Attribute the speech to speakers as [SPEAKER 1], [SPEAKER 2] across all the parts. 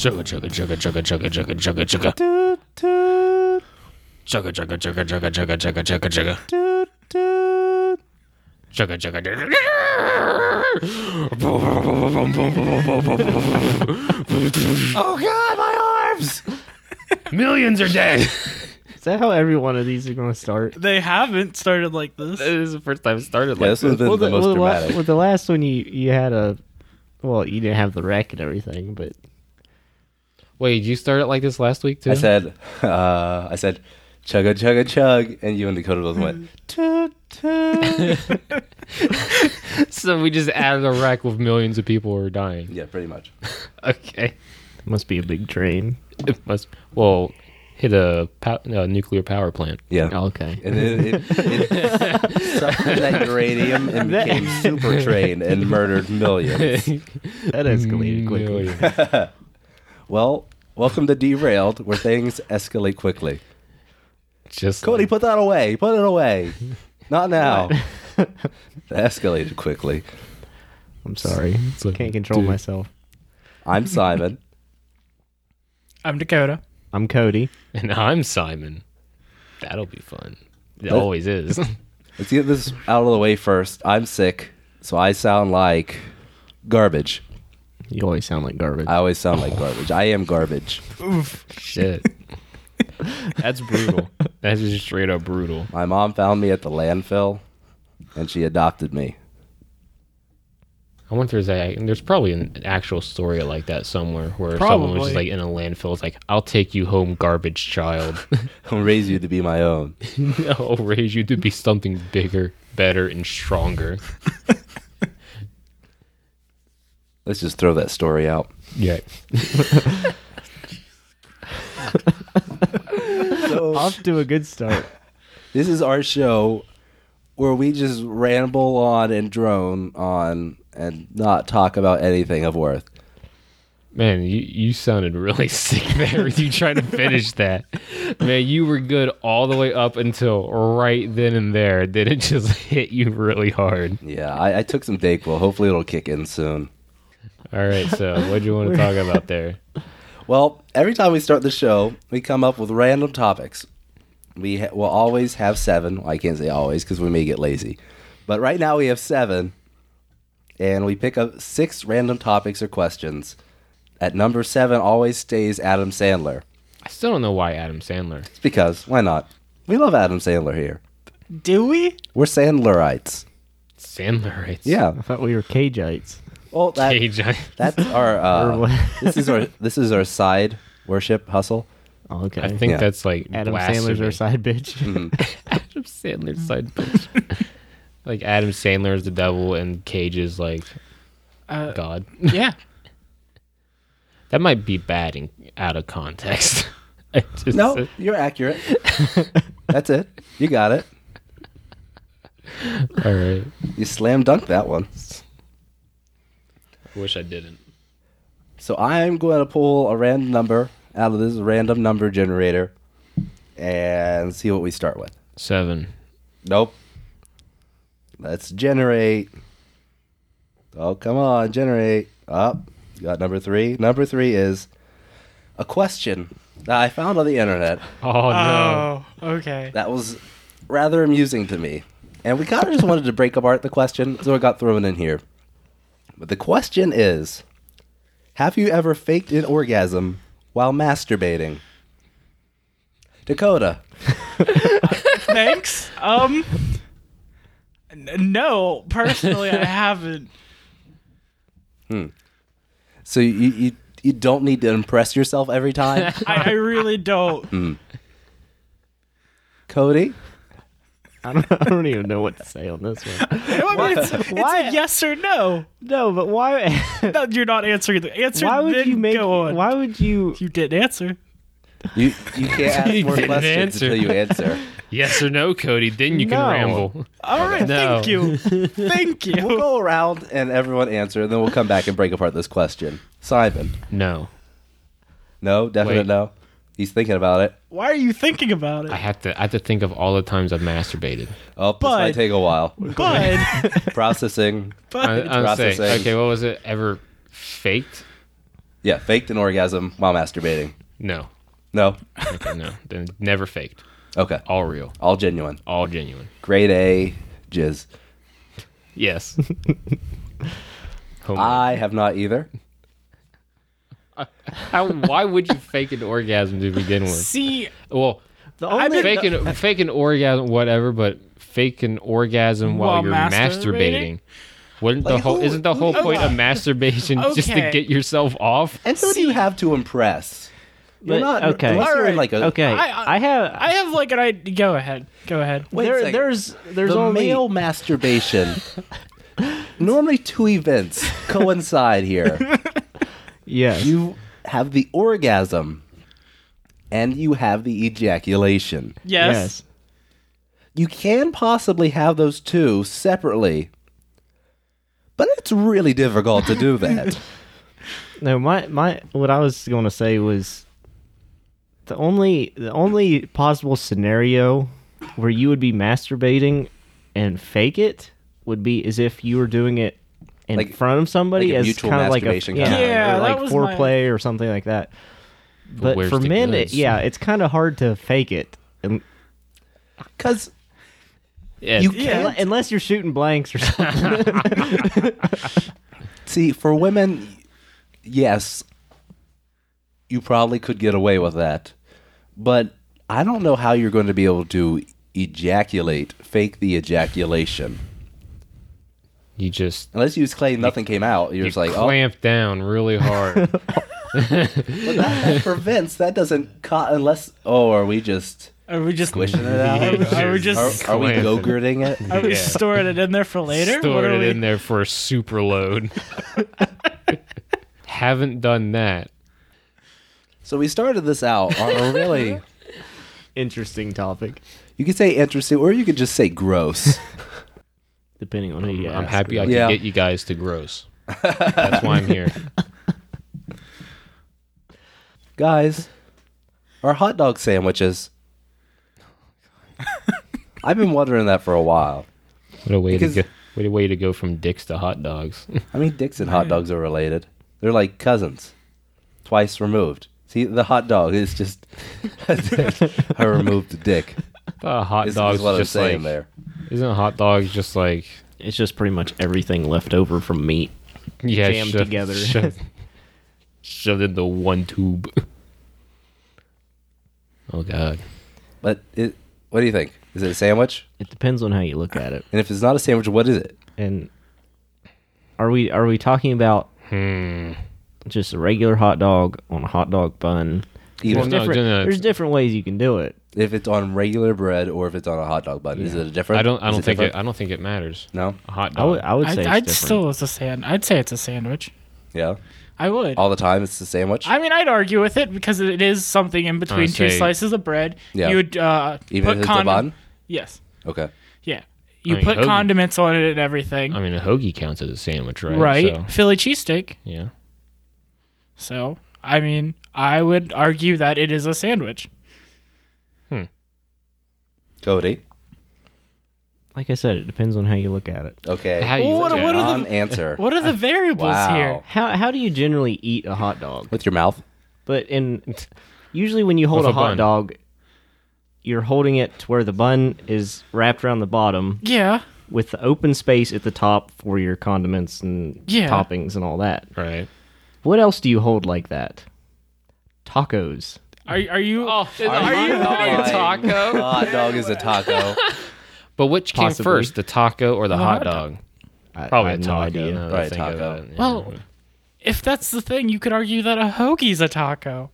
[SPEAKER 1] Chugga chugga chugga chugga chugga chugga chugga chugga
[SPEAKER 2] Toot, toot,
[SPEAKER 1] chugga chugga chugga chugga chugga chugga chugga chugga
[SPEAKER 2] toot, toot.
[SPEAKER 1] chugga chugga chugga.
[SPEAKER 2] Oh God, my arms!
[SPEAKER 1] Millions are dead.
[SPEAKER 3] Is that how every one of these are going to start?
[SPEAKER 4] They haven't started like this.
[SPEAKER 1] This is the first time it started
[SPEAKER 2] Yeah,
[SPEAKER 1] like
[SPEAKER 2] this has been the most
[SPEAKER 3] well, la-
[SPEAKER 2] dramatic.
[SPEAKER 3] well, the last one you you had a, well, you didn't have the wreck and everything, but
[SPEAKER 1] Wait, you started like this last week too?
[SPEAKER 2] I said, uh, I said, chugga chugga chug, and you and Dakota both went
[SPEAKER 3] Mm-hmm.
[SPEAKER 2] toot toot.
[SPEAKER 1] so we just added a wreck with millions of people who are dying.
[SPEAKER 2] yeah, pretty much.
[SPEAKER 1] Okay.
[SPEAKER 3] it must be a big drain.
[SPEAKER 1] It must well hit a, pow- no, a nuclear power plant.
[SPEAKER 2] Yeah.
[SPEAKER 3] Okay.
[SPEAKER 2] And then it, it, sucked in that uranium and became super train and murdered millions.
[SPEAKER 3] That escalated
[SPEAKER 1] Mm,
[SPEAKER 3] quickly.
[SPEAKER 1] Millions.
[SPEAKER 2] Well, welcome to Derailed, where things escalate quickly.
[SPEAKER 1] Just
[SPEAKER 2] Cody,
[SPEAKER 1] like-
[SPEAKER 2] put that away. Put it away. Not now. that escalated quickly.
[SPEAKER 3] I'm sorry.
[SPEAKER 1] It's like,
[SPEAKER 3] Can't control
[SPEAKER 1] dude.
[SPEAKER 3] myself.
[SPEAKER 2] I'm Simon.
[SPEAKER 4] I'm Dakota.
[SPEAKER 3] I'm Cody.
[SPEAKER 1] and I'm Simon. That'll be fun. It
[SPEAKER 2] But-
[SPEAKER 1] always is.
[SPEAKER 2] Let's get this out of the way first. I'm sick, so I sound like garbage.
[SPEAKER 3] You always sound like garbage.
[SPEAKER 2] I always sound like garbage. I am garbage.
[SPEAKER 1] Shit. That's brutal. That's just straight up brutal.
[SPEAKER 2] My mom found me at the landfill, and she adopted me.
[SPEAKER 1] I wonder if there's, a, there's probably an actual story like that somewhere where someone was just like
[SPEAKER 4] Probably.
[SPEAKER 1] in a landfill. It's like, I'll take you home, garbage child.
[SPEAKER 2] I'll raise you to be my own.
[SPEAKER 1] I'll raise you to be something bigger, better, and stronger.
[SPEAKER 2] Let's just throw that story out.
[SPEAKER 1] Yeah.
[SPEAKER 3] Off to a good start.
[SPEAKER 2] This is our show where we just ramble on and drone on and not talk about anything of worth.
[SPEAKER 1] Man, you, you sounded really sick there with you trying to finish that. Man, you were good all the way up until right then and there. Then it just hit you really hard.
[SPEAKER 2] Yeah, I, I took some Dayquil. Hopefully, it'll kick in soon.
[SPEAKER 1] All right, so what do you want to talk about there?
[SPEAKER 2] Well, every time we start the show, we come up with random topics. We ha- will always have seven. Well, I can't say always because we may get lazy. But right now we have seven, and we pick up six random topics or questions. At number seven always stays Adam Sandler.
[SPEAKER 1] I still don't know why Adam Sandler.
[SPEAKER 2] It's because, why not? We love Adam Sandler here.
[SPEAKER 4] Do we?
[SPEAKER 2] We're Sandlerites.
[SPEAKER 1] Sandler rates.
[SPEAKER 2] Yeah.
[SPEAKER 3] I thought we were Cajites.
[SPEAKER 2] Well, that,
[SPEAKER 1] Cage. I-
[SPEAKER 2] that's our.
[SPEAKER 3] Or
[SPEAKER 2] Uh,
[SPEAKER 3] what?
[SPEAKER 2] this is our. This is our side worship hustle.
[SPEAKER 3] Oh, okay. Hmm.
[SPEAKER 1] I think
[SPEAKER 2] Yeah.
[SPEAKER 1] that's like
[SPEAKER 3] Adam
[SPEAKER 1] blasphemy.
[SPEAKER 3] Sandler's our side bitch.
[SPEAKER 1] Adam Sandler's side bitch. like Adam Sandler is the devil and Cage is like
[SPEAKER 4] Uh,
[SPEAKER 1] God.
[SPEAKER 4] yeah.
[SPEAKER 1] That might be bad and out of context. I just-
[SPEAKER 2] No, you're accurate. That's it. You got it.
[SPEAKER 1] All right.
[SPEAKER 2] You slam dunk that one.
[SPEAKER 1] Wish I didn't.
[SPEAKER 2] So I'm going to pull a random number out of this random number generator and see what we start with.
[SPEAKER 1] Seven.
[SPEAKER 2] Nope. Let's generate. Oh, come on, generate. Up. got number three. Number three is a question that I found on the internet
[SPEAKER 1] Oh no.
[SPEAKER 4] Oh, okay.
[SPEAKER 2] that was rather amusing to me. And we kind of just wanted to break apart the question, so it got thrown in here. But the question is Have you ever faked an orgasm while masturbating? Dakota.
[SPEAKER 4] Thanks. Um. n- No, personally, I haven't.
[SPEAKER 2] So you, you, you don't need to impress yourself every time?
[SPEAKER 4] I, I really don't.
[SPEAKER 1] Hmm.
[SPEAKER 2] Cody?
[SPEAKER 3] I, don't, I don't even know what to say on this one.
[SPEAKER 4] I mean, it's, it's
[SPEAKER 3] Why-
[SPEAKER 4] a yes or no.
[SPEAKER 3] No, but why?
[SPEAKER 4] No, you're not answering the answer.
[SPEAKER 3] why would
[SPEAKER 4] then
[SPEAKER 3] you make?
[SPEAKER 4] Go on.
[SPEAKER 3] Why would you?
[SPEAKER 4] You didn't answer.
[SPEAKER 2] You, you can't ask
[SPEAKER 1] You
[SPEAKER 2] more
[SPEAKER 1] didn't
[SPEAKER 2] questions
[SPEAKER 1] answer.
[SPEAKER 2] until you answer.
[SPEAKER 1] Yes or no, Cody. Then you can
[SPEAKER 3] No.
[SPEAKER 1] ramble.
[SPEAKER 4] All right.
[SPEAKER 1] No.
[SPEAKER 4] Thank you. Thank
[SPEAKER 2] We'll
[SPEAKER 4] you.
[SPEAKER 2] go around and everyone answer, and then we'll come back and break apart this question. Simon.
[SPEAKER 1] No.
[SPEAKER 2] No? Definite
[SPEAKER 1] Wait.
[SPEAKER 2] no? He's thinking about it.
[SPEAKER 4] Why are you thinking about
[SPEAKER 1] I
[SPEAKER 4] it?
[SPEAKER 1] have to. I have to think of all the times I've masturbated.
[SPEAKER 2] Oh, this might
[SPEAKER 4] But-
[SPEAKER 2] take a while.
[SPEAKER 4] But,
[SPEAKER 2] Processing.
[SPEAKER 1] I,
[SPEAKER 4] but
[SPEAKER 1] I'm saying.
[SPEAKER 2] Processing.
[SPEAKER 1] Okay. What was it? Ever faked?
[SPEAKER 2] Yeah, faked an orgasm while masturbating.
[SPEAKER 1] No.
[SPEAKER 2] No.
[SPEAKER 1] Okay, no. Then Never faked.
[SPEAKER 2] Okay.
[SPEAKER 1] All real.
[SPEAKER 2] All genuine.
[SPEAKER 1] All genuine.
[SPEAKER 2] Grade A jizz.
[SPEAKER 1] Yes. Homer.
[SPEAKER 2] I have not either.
[SPEAKER 1] How, why would you fake an orgasm to begin with?
[SPEAKER 4] See,
[SPEAKER 1] Well,
[SPEAKER 3] The
[SPEAKER 4] I've
[SPEAKER 3] only
[SPEAKER 4] been-
[SPEAKER 1] fake an, fake an orgasm, whatever, but fake an orgasm while,
[SPEAKER 4] While
[SPEAKER 1] you're masturbating.
[SPEAKER 4] masturbating?
[SPEAKER 1] Wouldn't the
[SPEAKER 2] Like,
[SPEAKER 1] whole
[SPEAKER 2] who-
[SPEAKER 1] isn't the whole
[SPEAKER 2] who-
[SPEAKER 1] point of masturbation just to
[SPEAKER 4] Okay.
[SPEAKER 1] get yourself off?
[SPEAKER 2] And who do you have to impress?
[SPEAKER 3] But-
[SPEAKER 2] You're not
[SPEAKER 3] okay.
[SPEAKER 2] unless you're in like a
[SPEAKER 3] okay,
[SPEAKER 4] I-
[SPEAKER 3] I,
[SPEAKER 4] I-
[SPEAKER 3] have.
[SPEAKER 4] I have like an idea. Go ahead. Go ahead.
[SPEAKER 2] Wait a
[SPEAKER 3] there,
[SPEAKER 2] second.
[SPEAKER 3] there's there's
[SPEAKER 2] the
[SPEAKER 3] only
[SPEAKER 2] male masturbation. Normally, two events coincide here.
[SPEAKER 3] yes.
[SPEAKER 2] You have the orgasm, and you have the ejaculation.
[SPEAKER 4] Yes.
[SPEAKER 2] You can possibly have those two separately, but it's really difficult to do that.
[SPEAKER 3] No, my my what I was going to say was the only the only possible scenario where you would be masturbating and fake it would be as if you were doing it in
[SPEAKER 2] Like-
[SPEAKER 3] front of somebody
[SPEAKER 2] like a
[SPEAKER 3] as
[SPEAKER 2] mutual
[SPEAKER 3] kind of like a
[SPEAKER 2] masturbation
[SPEAKER 3] yeah,
[SPEAKER 2] kinda.
[SPEAKER 4] Yeah,
[SPEAKER 3] or
[SPEAKER 4] that
[SPEAKER 3] like
[SPEAKER 4] was my-
[SPEAKER 3] foreplay or something like that. But,
[SPEAKER 1] where's
[SPEAKER 3] for
[SPEAKER 1] the
[SPEAKER 3] men, it,
[SPEAKER 1] goods?
[SPEAKER 3] yeah, it's kind of hard to fake it. And,
[SPEAKER 2] Because
[SPEAKER 1] Yeah,
[SPEAKER 2] you
[SPEAKER 4] Yeah.
[SPEAKER 2] can't
[SPEAKER 3] unless you're shooting blanks or something.
[SPEAKER 2] see for women. Yes, you probably could get away with that, but I don't know how you're going to be able to ejaculate, fake the ejaculation.
[SPEAKER 1] you just
[SPEAKER 2] Unless you just claim nothing came out,
[SPEAKER 1] you
[SPEAKER 2] you're just like,
[SPEAKER 1] clamp down really hard.
[SPEAKER 2] oh, but that, that prevents. That doesn't caught unless. Oh, are we just
[SPEAKER 4] Are we just
[SPEAKER 2] pushing it out?
[SPEAKER 4] Are we
[SPEAKER 2] Are,
[SPEAKER 4] just
[SPEAKER 2] are we
[SPEAKER 1] Clamping.
[SPEAKER 2] go-gurting it?
[SPEAKER 4] are we
[SPEAKER 1] Yeah.
[SPEAKER 4] storing it in there for later? What
[SPEAKER 1] Stored
[SPEAKER 4] are
[SPEAKER 1] it
[SPEAKER 4] we-
[SPEAKER 1] in there for a super load. Haven't done that.
[SPEAKER 2] So we started this out on a really,
[SPEAKER 3] Interesting topic,
[SPEAKER 2] you could say interesting, or you could just say gross.
[SPEAKER 3] depending on who you
[SPEAKER 1] I'm
[SPEAKER 3] ask.
[SPEAKER 1] happy I can
[SPEAKER 2] Yeah.
[SPEAKER 1] get you guys to gross. That's why I'm here.
[SPEAKER 2] Guys, are hot dog sandwiches? I've been wondering that for a while.
[SPEAKER 1] What a way
[SPEAKER 2] Because-
[SPEAKER 1] to go! What a way to go from dicks to hot dogs.
[SPEAKER 2] I mean, dicks and hot dogs are related. They're like cousins, twice removed. See, the hot dog is just I removed the dick.
[SPEAKER 1] Uh, hot
[SPEAKER 2] Is,
[SPEAKER 1] dogs
[SPEAKER 2] is what I'm
[SPEAKER 1] just
[SPEAKER 2] saying
[SPEAKER 1] like
[SPEAKER 2] there.
[SPEAKER 1] isn't hot dogs just like
[SPEAKER 3] It's just pretty much everything left over from meat.
[SPEAKER 1] yeah
[SPEAKER 3] Jammed
[SPEAKER 1] shoved-
[SPEAKER 3] together.
[SPEAKER 1] shoved, shoved into one tube. Oh god,
[SPEAKER 2] But it, what do you think? Is it a sandwich?
[SPEAKER 3] It depends on how you look at it.
[SPEAKER 2] And if it's not a sandwich, what is it?
[SPEAKER 3] And are we are we talking about
[SPEAKER 2] Hmm.
[SPEAKER 3] just a regular hot dog on a hot dog bun?
[SPEAKER 2] Either
[SPEAKER 1] Well, Oh, no,
[SPEAKER 3] different,
[SPEAKER 1] no, no,
[SPEAKER 3] there's
[SPEAKER 1] it's-
[SPEAKER 3] different ways you can do it.
[SPEAKER 2] if it's on regular bread or if it's on a hot dog bun, is it a different?
[SPEAKER 1] I don't I
[SPEAKER 2] is
[SPEAKER 1] don't think it,
[SPEAKER 2] different?
[SPEAKER 1] I don't think it matters.
[SPEAKER 2] No.
[SPEAKER 1] A hot
[SPEAKER 3] I would
[SPEAKER 1] dog.
[SPEAKER 3] I would say
[SPEAKER 4] I'd,
[SPEAKER 3] it's
[SPEAKER 4] I'd
[SPEAKER 3] different.
[SPEAKER 4] still it's a sand. I'd say it's a sandwich.
[SPEAKER 2] Yeah.
[SPEAKER 4] I would.
[SPEAKER 2] All the time, it's the sandwich.
[SPEAKER 4] I mean, I'd argue with it because it is something in between
[SPEAKER 1] I'd
[SPEAKER 4] two
[SPEAKER 1] say-
[SPEAKER 4] slices of bread.
[SPEAKER 2] Yeah.
[SPEAKER 4] You would uh,
[SPEAKER 2] Even
[SPEAKER 4] put
[SPEAKER 2] if it's
[SPEAKER 4] condom-
[SPEAKER 2] a bun.
[SPEAKER 4] Yes.
[SPEAKER 2] Okay.
[SPEAKER 4] Yeah. You
[SPEAKER 1] mean,
[SPEAKER 4] put
[SPEAKER 1] hoagie-
[SPEAKER 4] condiments on it and everything.
[SPEAKER 1] I mean, a hoagie counts as a sandwich, right?
[SPEAKER 4] right.
[SPEAKER 1] So,
[SPEAKER 4] Philly cheesesteak.
[SPEAKER 1] yeah.
[SPEAKER 4] So, I mean, I would argue that it is a sandwich.
[SPEAKER 2] Cody.
[SPEAKER 3] Like I said, it depends on how you look at it.
[SPEAKER 2] Okay.
[SPEAKER 1] How you
[SPEAKER 4] What-
[SPEAKER 1] look at
[SPEAKER 4] what
[SPEAKER 1] it.
[SPEAKER 4] are the-
[SPEAKER 2] answer.
[SPEAKER 4] What are the variables
[SPEAKER 2] wow.
[SPEAKER 4] here?
[SPEAKER 3] How how do you generally eat a hot dog?
[SPEAKER 2] With your mouth.
[SPEAKER 3] But in usually when you hold
[SPEAKER 1] With
[SPEAKER 3] a
[SPEAKER 1] a
[SPEAKER 3] hot
[SPEAKER 1] bun.
[SPEAKER 3] dog, you're holding it to where the bun is wrapped around the bottom
[SPEAKER 4] Yeah.
[SPEAKER 3] with the open space at the top for your condiments and
[SPEAKER 4] Yeah.
[SPEAKER 3] toppings and all that.
[SPEAKER 1] right?
[SPEAKER 3] What else do you hold like that? Tacos.
[SPEAKER 4] Are, are you?
[SPEAKER 1] Oh.
[SPEAKER 2] Are you
[SPEAKER 1] having
[SPEAKER 2] lying?
[SPEAKER 1] taco?
[SPEAKER 2] hot dog is a taco.
[SPEAKER 1] But which came
[SPEAKER 3] Possibly.
[SPEAKER 1] first, the taco or the hot
[SPEAKER 4] hot
[SPEAKER 1] dog?
[SPEAKER 3] I,
[SPEAKER 1] Probably
[SPEAKER 3] I
[SPEAKER 1] a
[SPEAKER 3] have no
[SPEAKER 1] taco. now
[SPEAKER 3] idea.
[SPEAKER 1] that I
[SPEAKER 2] Probably a
[SPEAKER 1] think of
[SPEAKER 2] taco.
[SPEAKER 1] it, yeah.
[SPEAKER 4] Well, if that's the thing, you could argue that a hoagie's a taco.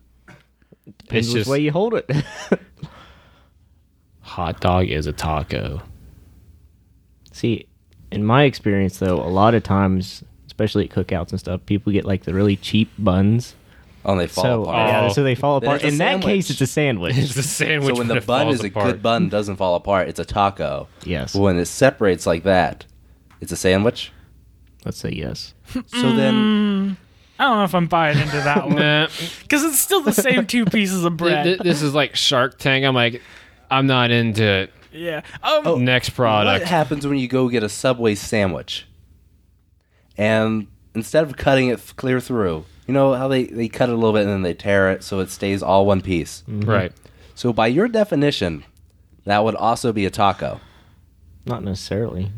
[SPEAKER 3] Depends
[SPEAKER 1] it's
[SPEAKER 3] which
[SPEAKER 1] just
[SPEAKER 3] way you hold it.
[SPEAKER 1] hot dog is a taco.
[SPEAKER 3] See, in my experience though, a lot of times, especially at cookouts and stuff, people get like the really cheap buns.
[SPEAKER 2] Oh, they fall
[SPEAKER 3] so
[SPEAKER 2] apart.
[SPEAKER 4] uh,
[SPEAKER 3] yeah,
[SPEAKER 1] Oh.
[SPEAKER 3] so they fall
[SPEAKER 2] Then
[SPEAKER 3] apart.
[SPEAKER 2] it's a
[SPEAKER 3] In that
[SPEAKER 2] sandwich.
[SPEAKER 3] case, it's a sandwich.
[SPEAKER 1] It's the sandwich.
[SPEAKER 2] So when the
[SPEAKER 1] it
[SPEAKER 2] bun
[SPEAKER 1] falls
[SPEAKER 2] is
[SPEAKER 1] apart.
[SPEAKER 2] a good bun, doesn't fall apart. It's a taco.
[SPEAKER 3] yes,
[SPEAKER 2] When it separates like that, it's a sandwich.
[SPEAKER 3] let's say yes.
[SPEAKER 2] So
[SPEAKER 4] Mm.
[SPEAKER 2] then,
[SPEAKER 4] I don't know if I'm buying into that one
[SPEAKER 1] Nah,
[SPEAKER 4] because it's still the same two pieces of bread.
[SPEAKER 1] Th- th- this is like Shark Tank. I'm like, I'm not into it.
[SPEAKER 4] yeah. Um,
[SPEAKER 2] Oh,
[SPEAKER 1] Next
[SPEAKER 2] what
[SPEAKER 1] product.
[SPEAKER 2] happens when you go get a Subway sandwich, and instead of cutting it f- clear through, you know how they, they cut it a little bit and then they tear it so it stays all one piece.
[SPEAKER 1] Right.
[SPEAKER 2] So, by your definition, that would also be a taco.
[SPEAKER 3] Not necessarily.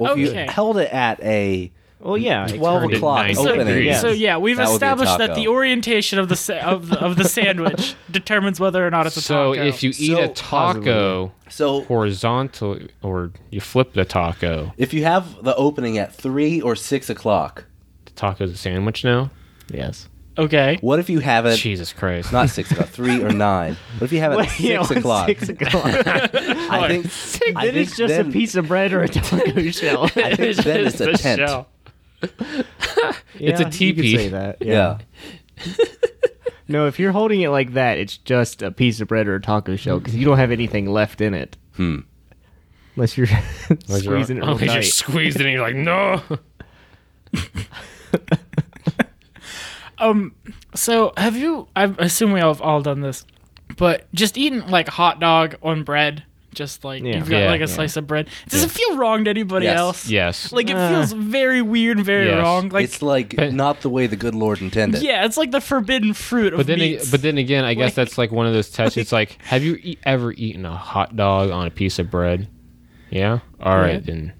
[SPEAKER 2] Well, If
[SPEAKER 4] Okay.
[SPEAKER 2] you held it at a
[SPEAKER 3] Well, yeah. it's
[SPEAKER 2] 12
[SPEAKER 1] turned it
[SPEAKER 2] o'clock
[SPEAKER 1] nice.
[SPEAKER 4] So,
[SPEAKER 1] Open
[SPEAKER 2] Oh, opening,
[SPEAKER 1] it.
[SPEAKER 4] so yeah, we've
[SPEAKER 2] That would be a
[SPEAKER 4] established that
[SPEAKER 2] taco.
[SPEAKER 4] the orientation of the sa- of the, of the sandwich determines whether or not it's a
[SPEAKER 1] So
[SPEAKER 4] taco.
[SPEAKER 1] if you eat
[SPEAKER 2] So-
[SPEAKER 1] a taco
[SPEAKER 2] So,
[SPEAKER 1] horizontally, or you flip the taco,
[SPEAKER 2] if you have the opening at 3 or 6 o'clock,
[SPEAKER 1] the taco's a sandwich now.
[SPEAKER 3] Yes.
[SPEAKER 4] okay,
[SPEAKER 2] what if you have it
[SPEAKER 1] Jesus Christ!
[SPEAKER 2] not six o'clock, three or nine. What if you have it at six
[SPEAKER 3] Yeah, when
[SPEAKER 2] o'clock?
[SPEAKER 3] Six o'clock.
[SPEAKER 2] I think I
[SPEAKER 3] then
[SPEAKER 2] think
[SPEAKER 3] it's just
[SPEAKER 2] then-
[SPEAKER 3] a piece of bread or a taco shell.
[SPEAKER 2] I think then it's a tent.
[SPEAKER 1] It's a
[SPEAKER 3] Yeah, you could
[SPEAKER 1] teepee.
[SPEAKER 3] say that.
[SPEAKER 2] Yeah.
[SPEAKER 3] No, if you're holding it like that, it's just a piece of bread or a taco shell because you don't have anything left in it. Hmm. Unless you're squeezing it real
[SPEAKER 1] Unless you're
[SPEAKER 3] tight.
[SPEAKER 1] squeezing it, and you're like, no.
[SPEAKER 4] Um, so have you? I assume we have all done this, but just eating like hot dog on bread, just like
[SPEAKER 3] Yeah.
[SPEAKER 4] you've got
[SPEAKER 1] Yeah.
[SPEAKER 4] like a
[SPEAKER 1] Yeah.
[SPEAKER 4] slice of bread. Does it feel wrong to anybody
[SPEAKER 2] Yes.
[SPEAKER 4] else?
[SPEAKER 1] Yes.
[SPEAKER 4] Like it
[SPEAKER 3] Uh,
[SPEAKER 4] feels very weird and very
[SPEAKER 1] yes.
[SPEAKER 4] wrong. Like
[SPEAKER 2] it's like not the way the good Lord intended.
[SPEAKER 4] yeah, it's like the forbidden fruit of
[SPEAKER 1] but then, ag-
[SPEAKER 4] meats.
[SPEAKER 1] but then again, I guess
[SPEAKER 4] Like-
[SPEAKER 1] that's like one of those tests. it's like, have you e- ever eaten a hot dog on a piece of bread? Yeah. All right,
[SPEAKER 4] Yeah.
[SPEAKER 1] then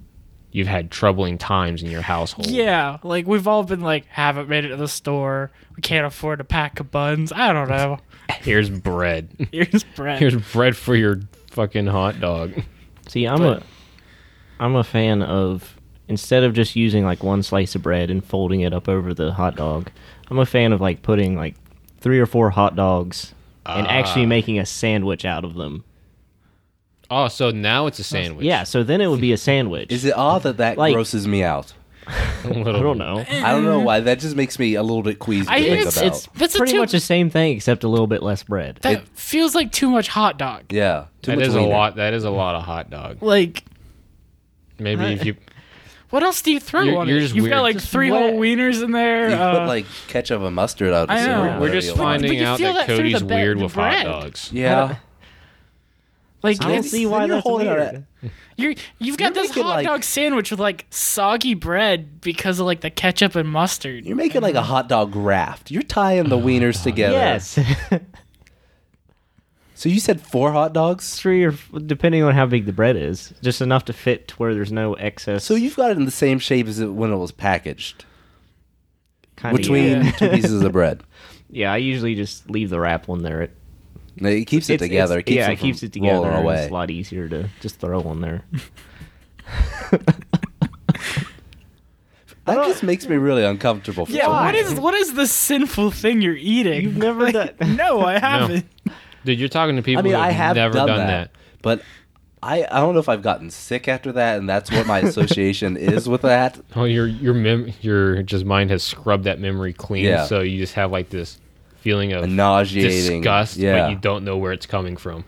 [SPEAKER 1] you've had troubling times in your household.
[SPEAKER 4] yeah, like we've all been like, haven't made it to the store. We can't afford a pack of buns. I don't know.
[SPEAKER 1] Here's bread.
[SPEAKER 4] Here's bread.
[SPEAKER 1] Here's bread for your fucking hot dog.
[SPEAKER 3] See, I'm a, I'm a fan of instead of just using like one slice of bread and folding it up over the hot dog, I'm a fan of like putting like three or four hot dogs and actually making a sandwich out of them.
[SPEAKER 1] Oh, so now it's a sandwich.
[SPEAKER 3] Yeah, so then it would be a sandwich.
[SPEAKER 2] Is it odd that that
[SPEAKER 3] Like-
[SPEAKER 2] grosses me out?
[SPEAKER 1] A little-
[SPEAKER 3] I don't know.
[SPEAKER 2] I don't know why. That just makes me a little bit queasy
[SPEAKER 4] I
[SPEAKER 2] to
[SPEAKER 4] think
[SPEAKER 2] think
[SPEAKER 4] it's,
[SPEAKER 2] about.
[SPEAKER 4] it's that's a
[SPEAKER 3] Pretty
[SPEAKER 4] too,
[SPEAKER 3] much the same thing except a little bit less bread.
[SPEAKER 4] that feels like too much hot dog.
[SPEAKER 2] yeah, too
[SPEAKER 1] That
[SPEAKER 2] much
[SPEAKER 1] is a
[SPEAKER 2] wiener.
[SPEAKER 1] lot. That is a lot of hot dog.
[SPEAKER 4] Like
[SPEAKER 1] Maybe if you
[SPEAKER 4] what else do you throw
[SPEAKER 1] You're-
[SPEAKER 4] on
[SPEAKER 1] you're
[SPEAKER 4] it?
[SPEAKER 1] just
[SPEAKER 4] You've
[SPEAKER 1] weird.
[SPEAKER 4] got like
[SPEAKER 1] Just
[SPEAKER 4] three
[SPEAKER 3] wet.
[SPEAKER 4] whole wieners in there.
[SPEAKER 2] You
[SPEAKER 4] uh,
[SPEAKER 2] put like ketchup and mustard out.
[SPEAKER 4] I know.
[SPEAKER 1] We're just finding
[SPEAKER 4] But you
[SPEAKER 1] out
[SPEAKER 4] feel
[SPEAKER 1] that
[SPEAKER 4] that through
[SPEAKER 1] Cody's
[SPEAKER 4] the be-
[SPEAKER 1] weird
[SPEAKER 4] the
[SPEAKER 1] with hot
[SPEAKER 4] bread.
[SPEAKER 1] dogs.
[SPEAKER 2] Yeah,
[SPEAKER 4] like
[SPEAKER 3] I don't
[SPEAKER 4] it's-
[SPEAKER 3] see why
[SPEAKER 2] you're
[SPEAKER 3] that's
[SPEAKER 2] holding
[SPEAKER 3] weird.
[SPEAKER 2] out
[SPEAKER 4] you're, you've got
[SPEAKER 2] You're
[SPEAKER 4] this
[SPEAKER 2] making,
[SPEAKER 4] hot
[SPEAKER 2] like-
[SPEAKER 4] dog sandwich with like soggy bread because of like the ketchup and mustard.
[SPEAKER 2] you're making like a hot dog raft. You're tying the wieners together.
[SPEAKER 3] Yes,
[SPEAKER 2] So you said four hot dogs.
[SPEAKER 3] three or f- depending on how big the bread is, just enough to fit to where there's no excess.
[SPEAKER 2] So you've got it in the same shape as it, when it was packaged
[SPEAKER 3] kinda-
[SPEAKER 2] between
[SPEAKER 4] Yeah.
[SPEAKER 2] two pieces of bread.
[SPEAKER 3] Yeah, I usually just leave the wrap on there. It,
[SPEAKER 2] No, It keeps it
[SPEAKER 3] it's-
[SPEAKER 2] together.
[SPEAKER 3] it's-
[SPEAKER 2] it keeps
[SPEAKER 3] yeah,
[SPEAKER 2] it,
[SPEAKER 3] it keeps
[SPEAKER 2] from
[SPEAKER 3] it together.
[SPEAKER 2] Rolling
[SPEAKER 3] and
[SPEAKER 2] away.
[SPEAKER 3] It's a lot easier to just throw on there.
[SPEAKER 2] That just makes me really uncomfortable. For
[SPEAKER 4] Yeah,
[SPEAKER 2] some
[SPEAKER 4] what
[SPEAKER 2] reason.
[SPEAKER 4] is what is the sinful thing you're eating?
[SPEAKER 3] You've never done.
[SPEAKER 4] no, I haven't.
[SPEAKER 1] Dude, you're talking to people
[SPEAKER 2] I mean,
[SPEAKER 1] who have
[SPEAKER 2] I have
[SPEAKER 1] never
[SPEAKER 2] done,
[SPEAKER 1] done,
[SPEAKER 2] that, but I I don't know if I've gotten sick after that, and that's what my association is with that.
[SPEAKER 1] Oh, your your mem your just mind has scrubbed that memory clean,
[SPEAKER 2] Yeah.
[SPEAKER 1] so you just have like this feeling of
[SPEAKER 2] A nauseating
[SPEAKER 1] disgust,
[SPEAKER 2] Yeah,
[SPEAKER 1] but you don't know where it's coming from.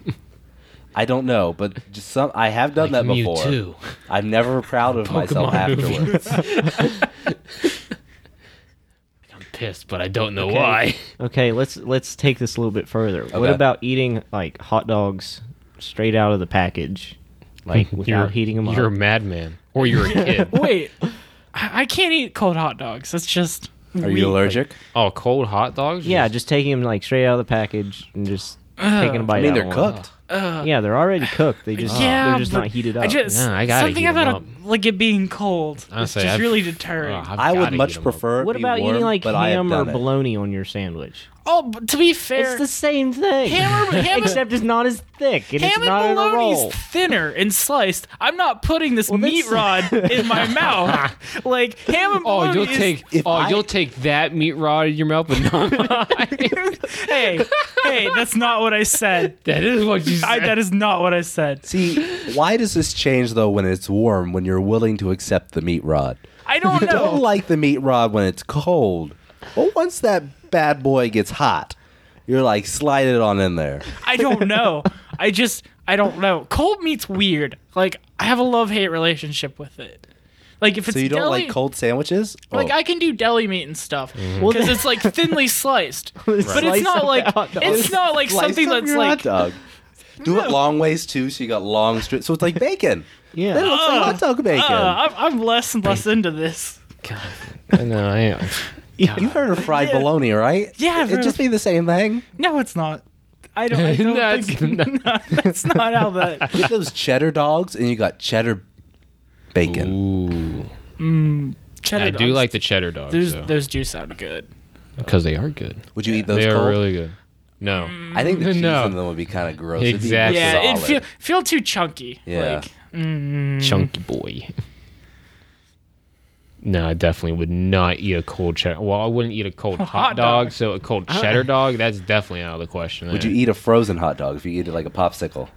[SPEAKER 2] I don't know, but just some. I have done that before.
[SPEAKER 1] Mewtwo.
[SPEAKER 2] I'm never proud of myself
[SPEAKER 1] Pokemon movie.
[SPEAKER 2] afterwards.
[SPEAKER 1] I'm pissed, but I don't know why.
[SPEAKER 3] Okay, let's let's take this a little bit further. What
[SPEAKER 2] Okay.
[SPEAKER 3] about eating like hot dogs straight out of the package, like without
[SPEAKER 1] You're-
[SPEAKER 3] heating them
[SPEAKER 1] You're a
[SPEAKER 3] up?
[SPEAKER 1] madman, or you're a kid.
[SPEAKER 4] Wait, I, I can't eat cold hot dogs. That's just
[SPEAKER 2] Are you allergic?
[SPEAKER 1] oh, cold hot dogs?
[SPEAKER 3] Yeah, just taking them like straight out of the package and just taking a bite.
[SPEAKER 2] I mean,
[SPEAKER 3] out
[SPEAKER 2] they're
[SPEAKER 3] of one.
[SPEAKER 2] cooked.
[SPEAKER 3] Yeah, they're already cooked. They just
[SPEAKER 4] Yeah,
[SPEAKER 3] they're just
[SPEAKER 4] but
[SPEAKER 3] not heated up.
[SPEAKER 4] I just
[SPEAKER 1] Yeah, I gotta
[SPEAKER 4] something
[SPEAKER 1] heat 'em
[SPEAKER 4] about
[SPEAKER 1] up.
[SPEAKER 4] a, like it being cold. It's
[SPEAKER 1] Honestly,
[SPEAKER 4] just
[SPEAKER 1] I've-
[SPEAKER 4] really
[SPEAKER 1] Oh,
[SPEAKER 4] deterring.
[SPEAKER 1] I've
[SPEAKER 2] I would
[SPEAKER 1] gotta
[SPEAKER 2] much
[SPEAKER 1] heat 'em up.
[SPEAKER 2] prefer. it
[SPEAKER 3] what
[SPEAKER 2] be
[SPEAKER 3] about
[SPEAKER 2] warm,
[SPEAKER 3] eating like
[SPEAKER 2] but I have
[SPEAKER 3] ham or
[SPEAKER 2] done it.
[SPEAKER 3] bologna on your sandwich?
[SPEAKER 4] oh, but to be fair,
[SPEAKER 3] It's the same thing.
[SPEAKER 4] Ham or- ham-
[SPEAKER 3] except it's not as thick and
[SPEAKER 4] ham
[SPEAKER 3] it's not in
[SPEAKER 4] and
[SPEAKER 3] a
[SPEAKER 4] bologna's
[SPEAKER 3] roll.
[SPEAKER 4] thinner and sliced. I'm not putting this meat rod
[SPEAKER 3] that's-
[SPEAKER 4] in my mouth. Like ham and
[SPEAKER 1] Oh,
[SPEAKER 4] bologna.
[SPEAKER 1] you'll
[SPEAKER 4] is-
[SPEAKER 1] take
[SPEAKER 2] if
[SPEAKER 1] oh
[SPEAKER 2] I-
[SPEAKER 1] you'll take that meat rod in your mouth, but not mine.
[SPEAKER 4] Hey, hey, that's not what I said.
[SPEAKER 1] that is what you said.
[SPEAKER 4] I, that is not what I said.
[SPEAKER 2] See, why does this change though when it's warm? When you're willing to accept the meat rod?
[SPEAKER 4] I don't
[SPEAKER 2] I don't
[SPEAKER 4] know.
[SPEAKER 2] like the meat rod when it's cold. But once that bad boy gets hot, you're like, slide it on in there.
[SPEAKER 4] I don't know. I just I don't know. Cold meat's weird. Like I have a love hate relationship with it. Like if it's
[SPEAKER 2] So you don't
[SPEAKER 4] deli-
[SPEAKER 2] like cold sandwiches?
[SPEAKER 4] Like
[SPEAKER 2] Oh.
[SPEAKER 4] I can do deli meat and stuff
[SPEAKER 1] Mm-hmm.
[SPEAKER 4] because
[SPEAKER 3] Well,
[SPEAKER 4] it's like thinly sliced, but
[SPEAKER 3] Slice
[SPEAKER 4] it's not
[SPEAKER 3] up
[SPEAKER 4] like
[SPEAKER 3] the hot dog.
[SPEAKER 4] it's not like
[SPEAKER 2] Oh. Slice
[SPEAKER 4] something
[SPEAKER 2] up
[SPEAKER 4] that's
[SPEAKER 2] your
[SPEAKER 4] like
[SPEAKER 2] hot dog. Do it long ways too, so you got long strips. So it's like bacon.
[SPEAKER 3] Yeah.
[SPEAKER 1] Uh,
[SPEAKER 2] Then it looks like hot dog bacon.
[SPEAKER 4] uh, I'm, I'm less and less into this.
[SPEAKER 1] God, I know. I am.
[SPEAKER 2] You've heard of fried bologna, right?
[SPEAKER 4] Yeah, I've
[SPEAKER 2] It'd
[SPEAKER 4] heard
[SPEAKER 2] just
[SPEAKER 4] of-
[SPEAKER 2] be the same thing.
[SPEAKER 4] No, it's not. I don't. I don't
[SPEAKER 1] No, it's
[SPEAKER 4] think,
[SPEAKER 1] not.
[SPEAKER 4] No, that's not how that.
[SPEAKER 2] Get those cheddar dogs, and you got cheddar bacon.
[SPEAKER 1] Ooh.
[SPEAKER 4] Cheddar
[SPEAKER 1] I do
[SPEAKER 4] dogs.
[SPEAKER 1] like the cheddar dogs
[SPEAKER 4] Those
[SPEAKER 1] though,
[SPEAKER 4] those do sound good.
[SPEAKER 1] because they are good.
[SPEAKER 2] Would you eat those
[SPEAKER 1] they
[SPEAKER 2] cold?
[SPEAKER 1] are really good. No.
[SPEAKER 2] I think the cheese
[SPEAKER 1] No.
[SPEAKER 2] in them would be kind of gross.
[SPEAKER 1] Exactly.
[SPEAKER 4] Yeah,
[SPEAKER 2] It'd
[SPEAKER 4] it
[SPEAKER 2] be
[SPEAKER 4] feel
[SPEAKER 2] solid.
[SPEAKER 4] feel too chunky.
[SPEAKER 2] Yeah.
[SPEAKER 4] Like, mm,
[SPEAKER 1] Chunky boy. No, I definitely would not eat a cold cheddar. Well, I wouldn't eat a cold hot,
[SPEAKER 4] hot
[SPEAKER 1] dog,
[SPEAKER 4] dog.
[SPEAKER 1] so a cold cheddar dog, that's definitely out of the question. eh?
[SPEAKER 2] Would
[SPEAKER 1] there.
[SPEAKER 2] you eat a frozen hot dog if you eat it like a popsicle?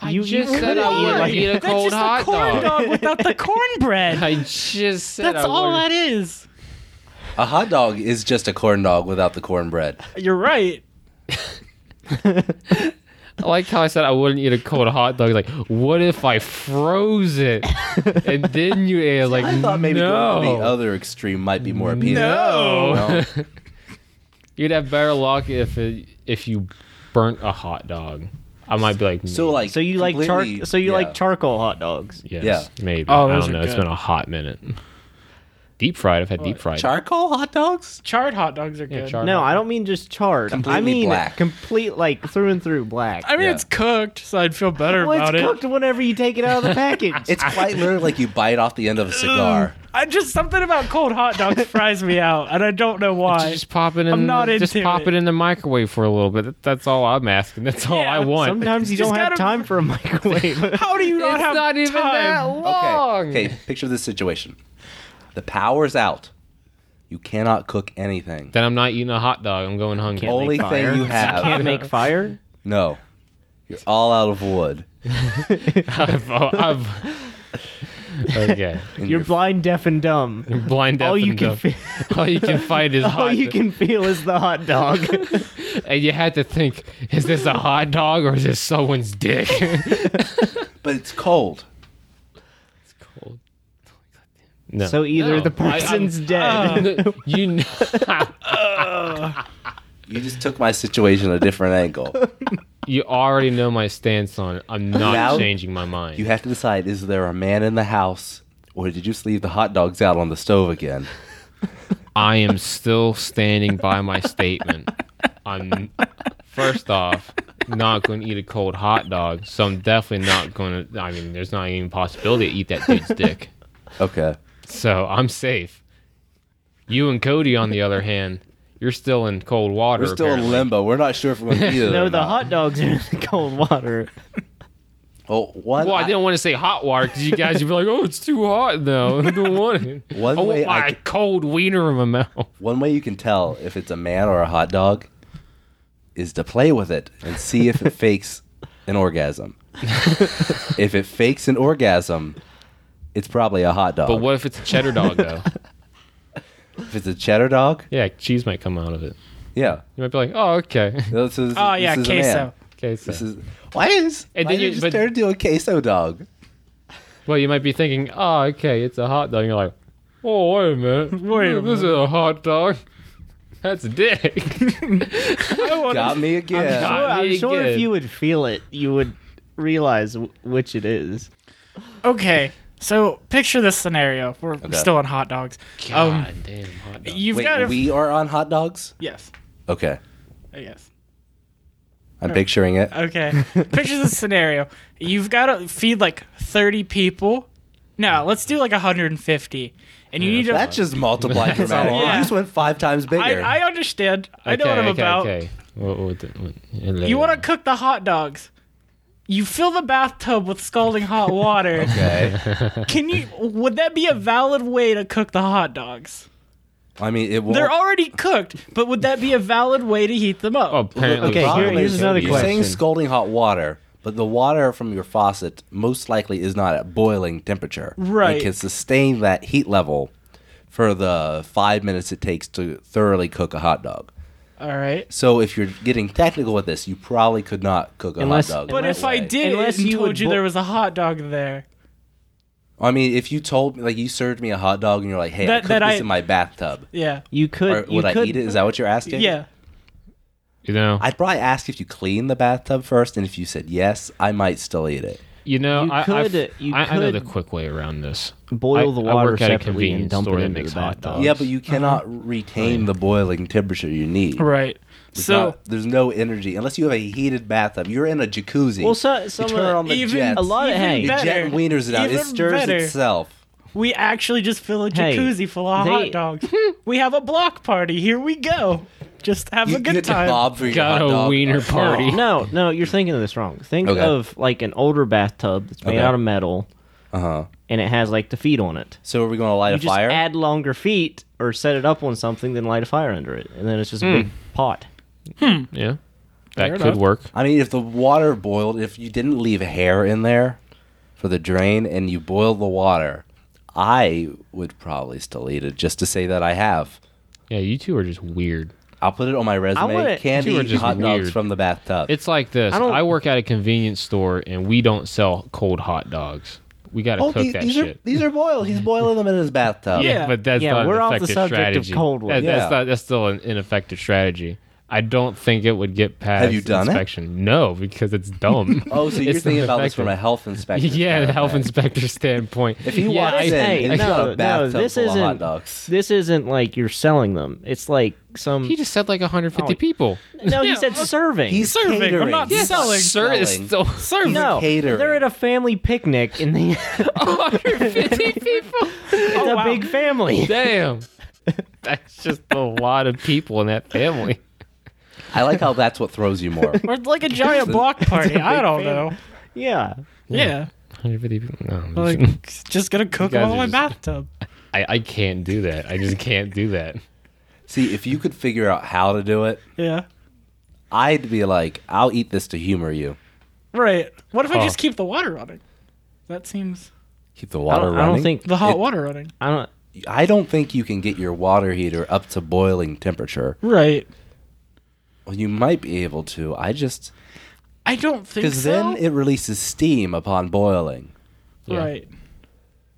[SPEAKER 1] I
[SPEAKER 3] You- you
[SPEAKER 1] just said
[SPEAKER 3] could
[SPEAKER 1] I
[SPEAKER 3] eat
[SPEAKER 1] wouldn't
[SPEAKER 3] like-
[SPEAKER 1] eat a
[SPEAKER 4] that's
[SPEAKER 1] cold
[SPEAKER 4] just
[SPEAKER 1] hot
[SPEAKER 4] a corn
[SPEAKER 1] dog.
[SPEAKER 4] dog. without the cornbread.
[SPEAKER 1] I just said
[SPEAKER 4] that's
[SPEAKER 1] I
[SPEAKER 4] all
[SPEAKER 1] wouldn't-
[SPEAKER 4] that is.
[SPEAKER 2] A hot dog is just a corn dog without the cornbread.
[SPEAKER 4] You're right.
[SPEAKER 1] I like how I said I wouldn't eat a cold hot dog. Like, what if I froze it and then you ate? it? Like,
[SPEAKER 2] I thought maybe
[SPEAKER 1] no,
[SPEAKER 2] going to the other extreme might be more appealing.
[SPEAKER 1] no.
[SPEAKER 2] No.
[SPEAKER 1] You'd have better luck if it, if you burnt a hot dog. I might be like,
[SPEAKER 2] So like,
[SPEAKER 3] So you like char-
[SPEAKER 2] completely-
[SPEAKER 3] so you
[SPEAKER 2] yeah.
[SPEAKER 3] like charcoal hot dogs.
[SPEAKER 1] yes,
[SPEAKER 2] yeah.
[SPEAKER 1] maybe.
[SPEAKER 4] Oh,
[SPEAKER 1] I
[SPEAKER 4] those
[SPEAKER 1] don't
[SPEAKER 4] are
[SPEAKER 1] know. It's
[SPEAKER 4] good.
[SPEAKER 1] been a hot minute. Deep fried. I've had deep fried.
[SPEAKER 2] charcoal hot dogs?
[SPEAKER 4] Charred hot dogs are
[SPEAKER 1] Yeah,
[SPEAKER 4] good.
[SPEAKER 1] charred.
[SPEAKER 3] No, I don't mean just charred. I
[SPEAKER 2] Completely
[SPEAKER 3] mean
[SPEAKER 2] black.
[SPEAKER 3] complete like through and through black.
[SPEAKER 4] I mean,
[SPEAKER 2] Yeah.
[SPEAKER 4] it's cooked, so I'd feel better
[SPEAKER 3] well, it's
[SPEAKER 4] about
[SPEAKER 3] cooked
[SPEAKER 4] it.
[SPEAKER 3] whenever you take it out of the package.
[SPEAKER 2] It's quite literally like you bite off the end of a cigar.
[SPEAKER 4] I just something about cold hot dogs fries me out, and I don't know why.
[SPEAKER 1] Just pop it in.
[SPEAKER 4] I'm not
[SPEAKER 1] just
[SPEAKER 4] into
[SPEAKER 1] pop
[SPEAKER 4] it.
[SPEAKER 1] it. in the microwave for a little bit. That- That's all I'm asking. That's all
[SPEAKER 4] Yeah,
[SPEAKER 1] I want.
[SPEAKER 3] Sometimes you
[SPEAKER 4] Just
[SPEAKER 3] don't have
[SPEAKER 4] gotta-
[SPEAKER 3] time for a microwave.
[SPEAKER 4] How do you not
[SPEAKER 1] it's
[SPEAKER 4] have
[SPEAKER 1] not even
[SPEAKER 4] time?
[SPEAKER 1] that long.
[SPEAKER 2] Okay. Okay. Picture this situation: the power's out. You cannot cook anything.
[SPEAKER 1] Then I'm not eating a hot dog. I'm going hungry.
[SPEAKER 3] Can't
[SPEAKER 2] Only
[SPEAKER 3] make
[SPEAKER 2] thing
[SPEAKER 3] fire.
[SPEAKER 2] you have.
[SPEAKER 3] can't make fire.
[SPEAKER 2] No, you're all out of wood.
[SPEAKER 1] I've, I've, okay.
[SPEAKER 2] And
[SPEAKER 3] You're blind, deaf, and dumb.
[SPEAKER 1] Blind deaf
[SPEAKER 3] all you
[SPEAKER 1] and
[SPEAKER 3] can
[SPEAKER 1] dumb.
[SPEAKER 3] feel,
[SPEAKER 1] all you can find is
[SPEAKER 3] all
[SPEAKER 1] hot.
[SPEAKER 3] you can feel is the hot dog.
[SPEAKER 1] and you had to think: Is this a hot dog or is this someone's dick?
[SPEAKER 2] but it's cold.
[SPEAKER 1] it's cold. No.
[SPEAKER 3] so either
[SPEAKER 1] No,
[SPEAKER 3] the
[SPEAKER 1] I- I'm- Oh.
[SPEAKER 3] person's dead.
[SPEAKER 1] No, you know,
[SPEAKER 2] You just took my situation a different angle.
[SPEAKER 1] you already know my stance on it. I'm not
[SPEAKER 2] Now-
[SPEAKER 1] changing my mind.
[SPEAKER 2] You have to decide: is there a man in the house, or did you just leave the hot dogs out on the stove again?
[SPEAKER 1] I am still standing by my statement. I'm first off not going to eat a cold hot dog, so I'm definitely not going to. I mean, there's not even possibility to eat that dude's dick,
[SPEAKER 2] Okay.
[SPEAKER 1] so I'm safe. You and Cody, on the other hand, you're still in cold water.
[SPEAKER 2] We're still
[SPEAKER 1] apparently.
[SPEAKER 2] in limbo. We're not sure if we're going to eat it.
[SPEAKER 3] No,
[SPEAKER 2] or
[SPEAKER 3] the
[SPEAKER 2] not.
[SPEAKER 3] hot dogs are in the cold water.
[SPEAKER 2] Oh, one.
[SPEAKER 1] Well, I
[SPEAKER 2] I-
[SPEAKER 1] didn't want to say hot water because you guys would be like, "Oh, it's too hot." No, I don't want it. I
[SPEAKER 2] One
[SPEAKER 1] want
[SPEAKER 2] way I
[SPEAKER 1] Oh my
[SPEAKER 2] c-
[SPEAKER 1] cold wiener in my mouth.
[SPEAKER 2] One way you can tell if it's a man or a hot dog is to play with it and see if it fakes an orgasm. if it fakes an orgasm, it's probably a hot dog.
[SPEAKER 1] But what if it's a cheddar dog though?
[SPEAKER 2] if it's a cheddar dog?
[SPEAKER 1] yeah, cheese might come out of it.
[SPEAKER 2] Yeah.
[SPEAKER 1] You might be like, "Oh, okay,
[SPEAKER 2] No, so this is-
[SPEAKER 4] Oh yeah,
[SPEAKER 2] this is a man.
[SPEAKER 4] queso.
[SPEAKER 1] okay." So.
[SPEAKER 2] This is why is
[SPEAKER 1] And then
[SPEAKER 2] and then
[SPEAKER 1] you-
[SPEAKER 2] you just
[SPEAKER 1] but-
[SPEAKER 2] turn into a queso dog?
[SPEAKER 1] Well, you might be thinking, oh, okay, it's a hot dog. You're like, oh, wait a minute. Wait, this is a hot dog. That's a dick.
[SPEAKER 4] I wanna-
[SPEAKER 2] Got me
[SPEAKER 3] I'm
[SPEAKER 2] again.
[SPEAKER 3] sure, I'm
[SPEAKER 1] Not
[SPEAKER 3] sure if
[SPEAKER 1] good.
[SPEAKER 3] you would feel it, you would realize w- which it is.
[SPEAKER 4] Okay, so picture this scenario. We're still on hot dogs.
[SPEAKER 1] God damn hot dog.
[SPEAKER 4] You've
[SPEAKER 2] Wait,
[SPEAKER 4] got to
[SPEAKER 2] we are on hot dogs.
[SPEAKER 4] yes,
[SPEAKER 2] Okay,
[SPEAKER 4] yes.
[SPEAKER 2] I'm picturing it.
[SPEAKER 4] Okay. Picture this scenario. You've got to feed like 30 people. No, let's do like 150. And you need to.
[SPEAKER 2] That just multiplied dramatically.
[SPEAKER 4] Yeah.
[SPEAKER 2] You just went five times
[SPEAKER 4] I,
[SPEAKER 2] bigger.
[SPEAKER 4] I understand. I know what I'm about.
[SPEAKER 1] Okay. What, what, the- what,
[SPEAKER 4] You want to cook the hot dogs. You fill the bathtub with scalding hot water.
[SPEAKER 2] okay.
[SPEAKER 4] Can you? Would that be a valid way to cook the hot dogs?
[SPEAKER 2] I mean, it won't.
[SPEAKER 4] They're already cooked, but would that be a valid way to heat them up?
[SPEAKER 1] Oh, apparently.
[SPEAKER 3] Okay,
[SPEAKER 2] Problem
[SPEAKER 3] here- here's
[SPEAKER 2] is,
[SPEAKER 3] another
[SPEAKER 2] you're
[SPEAKER 3] question.
[SPEAKER 2] saying scalding hot water, but the water from your faucet most likely is not at boiling temperature.
[SPEAKER 4] Right.
[SPEAKER 2] It can sustain that heat level for the five minutes it takes to thoroughly cook a hot dog.
[SPEAKER 4] All right.
[SPEAKER 2] So if you're getting technical with this, you probably could not cook a
[SPEAKER 3] Unless-
[SPEAKER 2] hot dog.
[SPEAKER 4] But
[SPEAKER 2] that
[SPEAKER 4] if I
[SPEAKER 2] way.
[SPEAKER 4] did
[SPEAKER 3] Unless
[SPEAKER 4] it and
[SPEAKER 3] you
[SPEAKER 4] told
[SPEAKER 3] would
[SPEAKER 4] you
[SPEAKER 3] bo-
[SPEAKER 4] there was a hot dog there,
[SPEAKER 2] I mean, if you told me, like, you served me a hot dog and you're like, hey, I
[SPEAKER 4] That-
[SPEAKER 2] cooked
[SPEAKER 4] that
[SPEAKER 2] this
[SPEAKER 4] I-
[SPEAKER 2] in my bathtub,
[SPEAKER 4] yeah,
[SPEAKER 3] You
[SPEAKER 2] or
[SPEAKER 3] could.
[SPEAKER 2] would
[SPEAKER 3] you
[SPEAKER 2] I
[SPEAKER 3] could.
[SPEAKER 2] eat it? Is that what you're asking?
[SPEAKER 4] yeah.
[SPEAKER 1] You know,
[SPEAKER 2] I'd probably ask if you cleaned the bathtub first, and if you said yes, I might still eat it.
[SPEAKER 1] You know,
[SPEAKER 3] You
[SPEAKER 1] I,
[SPEAKER 3] could-
[SPEAKER 1] I've-
[SPEAKER 3] you
[SPEAKER 1] I, I know the
[SPEAKER 3] could-
[SPEAKER 1] quick way around this.
[SPEAKER 3] Boil the
[SPEAKER 1] I- I
[SPEAKER 3] water
[SPEAKER 1] work at a
[SPEAKER 3] separately
[SPEAKER 1] convenience
[SPEAKER 3] and dump it
[SPEAKER 1] store that
[SPEAKER 3] into the
[SPEAKER 1] makes
[SPEAKER 3] bathtub.
[SPEAKER 1] hot dogs.
[SPEAKER 2] Yeah, but you cannot retain the boiling temperature you need.
[SPEAKER 4] Right.
[SPEAKER 2] There's
[SPEAKER 4] so
[SPEAKER 2] not- there's no energy unless you have a heated bathtub. You're in a jacuzzi.
[SPEAKER 3] Well, so- some
[SPEAKER 2] you
[SPEAKER 3] of
[SPEAKER 2] turn
[SPEAKER 3] the-
[SPEAKER 2] on the
[SPEAKER 4] even
[SPEAKER 2] jets.
[SPEAKER 3] a lot of-
[SPEAKER 4] even
[SPEAKER 3] hey.
[SPEAKER 2] you
[SPEAKER 4] better,
[SPEAKER 2] jet wieners it out. It
[SPEAKER 4] even
[SPEAKER 2] stirs
[SPEAKER 4] better,
[SPEAKER 2] itself.
[SPEAKER 4] We actually just fill a
[SPEAKER 3] Hey,
[SPEAKER 4] jacuzzi full of
[SPEAKER 3] they-
[SPEAKER 4] hot dogs. we have a block party. Here we go. Just have
[SPEAKER 2] You
[SPEAKER 4] a
[SPEAKER 2] get
[SPEAKER 4] good
[SPEAKER 2] to
[SPEAKER 4] time.
[SPEAKER 2] bob for your
[SPEAKER 1] Got
[SPEAKER 2] hot
[SPEAKER 1] a
[SPEAKER 2] dog.
[SPEAKER 1] wiener party.
[SPEAKER 3] Oh, No, no, you're thinking of this wrong. Think
[SPEAKER 2] Okay.
[SPEAKER 3] of like an older bathtub that's made
[SPEAKER 2] Okay.
[SPEAKER 3] out of metal
[SPEAKER 2] Uh huh.
[SPEAKER 3] and it has like the feet on it.
[SPEAKER 2] So are we going to light
[SPEAKER 3] You
[SPEAKER 2] a
[SPEAKER 3] just
[SPEAKER 2] fire?
[SPEAKER 3] add longer feet or set it up on something, then light a fire under it, and then it's
[SPEAKER 4] Hmm.
[SPEAKER 3] just a big pot.
[SPEAKER 1] Yeah, that
[SPEAKER 4] Fair
[SPEAKER 1] could
[SPEAKER 4] enough.
[SPEAKER 1] work.
[SPEAKER 2] I mean, if the water boiled, if you didn't leave hair in there for the drain and you boiled the water, I would probably still eat it just to say that I have.
[SPEAKER 1] Yeah, you two are just weird.
[SPEAKER 2] I'll put it on my resume.
[SPEAKER 3] wanna-
[SPEAKER 2] Candy
[SPEAKER 1] You are
[SPEAKER 2] and
[SPEAKER 1] just
[SPEAKER 2] hot dogs
[SPEAKER 1] weird.
[SPEAKER 2] from the bathtub.
[SPEAKER 1] It's like this.
[SPEAKER 3] I
[SPEAKER 1] I,
[SPEAKER 3] don't-
[SPEAKER 1] work at a convenience store and we don't sell cold hot dogs. We gotta cook
[SPEAKER 2] Oh, these,
[SPEAKER 1] that
[SPEAKER 2] these
[SPEAKER 1] shit.
[SPEAKER 2] are these are boiled. He's boiling them in his bathtub.
[SPEAKER 4] Yeah.
[SPEAKER 1] but that's
[SPEAKER 3] Yeah,
[SPEAKER 1] not
[SPEAKER 3] we're
[SPEAKER 1] an
[SPEAKER 3] off the
[SPEAKER 1] effective
[SPEAKER 3] subject of
[SPEAKER 1] strategy.
[SPEAKER 3] cold ones.
[SPEAKER 1] That- That's
[SPEAKER 2] Yeah.
[SPEAKER 1] not, that's still an ineffective strategy. I don't think it would get past
[SPEAKER 2] Have you done it?
[SPEAKER 1] inspection. No, because it's dumb.
[SPEAKER 2] Oh, so you're
[SPEAKER 1] It's
[SPEAKER 2] thinking
[SPEAKER 1] not
[SPEAKER 2] about this
[SPEAKER 1] effective.
[SPEAKER 2] from a health inspector?
[SPEAKER 1] yeah,
[SPEAKER 2] kind
[SPEAKER 1] the
[SPEAKER 2] of
[SPEAKER 1] health
[SPEAKER 2] thing.
[SPEAKER 1] inspector standpoint.
[SPEAKER 2] If he
[SPEAKER 1] yeah,
[SPEAKER 2] walks
[SPEAKER 1] I-
[SPEAKER 2] in
[SPEAKER 3] Hey,
[SPEAKER 2] and he's got
[SPEAKER 3] no,
[SPEAKER 2] a bathtub
[SPEAKER 3] no, this
[SPEAKER 2] full of hot
[SPEAKER 3] isn't-
[SPEAKER 2] dogs,
[SPEAKER 3] This isn't like you're selling them. It's like some.
[SPEAKER 1] he just said like 150
[SPEAKER 3] Oh,
[SPEAKER 1] people.
[SPEAKER 3] no,
[SPEAKER 4] Yeah,
[SPEAKER 3] he said
[SPEAKER 4] okay.
[SPEAKER 3] serving.
[SPEAKER 2] he's
[SPEAKER 4] Serving, I'm
[SPEAKER 2] catering.
[SPEAKER 4] not
[SPEAKER 2] He's
[SPEAKER 4] selling.
[SPEAKER 1] Sir is
[SPEAKER 2] selling.
[SPEAKER 1] still
[SPEAKER 4] Serve
[SPEAKER 3] no,
[SPEAKER 2] catering.
[SPEAKER 3] they're at a family picnic and they
[SPEAKER 1] 150 people.
[SPEAKER 3] it's a
[SPEAKER 4] Oh, wow.
[SPEAKER 3] big family.
[SPEAKER 1] Damn, that's just a lot of people in that family.
[SPEAKER 2] I like how that's what throws you more.
[SPEAKER 4] Or it's like a giant block party. I don't know.
[SPEAKER 3] Yeah,
[SPEAKER 4] Yeah.
[SPEAKER 1] 150 people. No, I'm just-
[SPEAKER 4] Like just gonna cook
[SPEAKER 1] You
[SPEAKER 4] them
[SPEAKER 1] guys
[SPEAKER 4] in
[SPEAKER 1] are
[SPEAKER 4] my
[SPEAKER 1] just-
[SPEAKER 4] bathtub.
[SPEAKER 1] I, I can't do that. I just can't do that.
[SPEAKER 2] See, if you could figure out how to do it,
[SPEAKER 4] Yeah.
[SPEAKER 2] I'd be like, I'll eat this to humor you.
[SPEAKER 4] Right. What if I
[SPEAKER 1] Huh.
[SPEAKER 4] just keep the water running? That seems
[SPEAKER 2] Keep the
[SPEAKER 3] I
[SPEAKER 2] water
[SPEAKER 3] don't, I
[SPEAKER 2] running.
[SPEAKER 3] don't think
[SPEAKER 4] the hot
[SPEAKER 2] It-
[SPEAKER 4] water running.
[SPEAKER 3] I don't.
[SPEAKER 2] I don't think you can get your water heater up to boiling temperature.
[SPEAKER 4] Right.
[SPEAKER 2] Well, you might be able to. I just
[SPEAKER 4] I don't think
[SPEAKER 2] because
[SPEAKER 4] so.
[SPEAKER 2] then it releases steam upon boiling.
[SPEAKER 1] Yeah.
[SPEAKER 4] Right.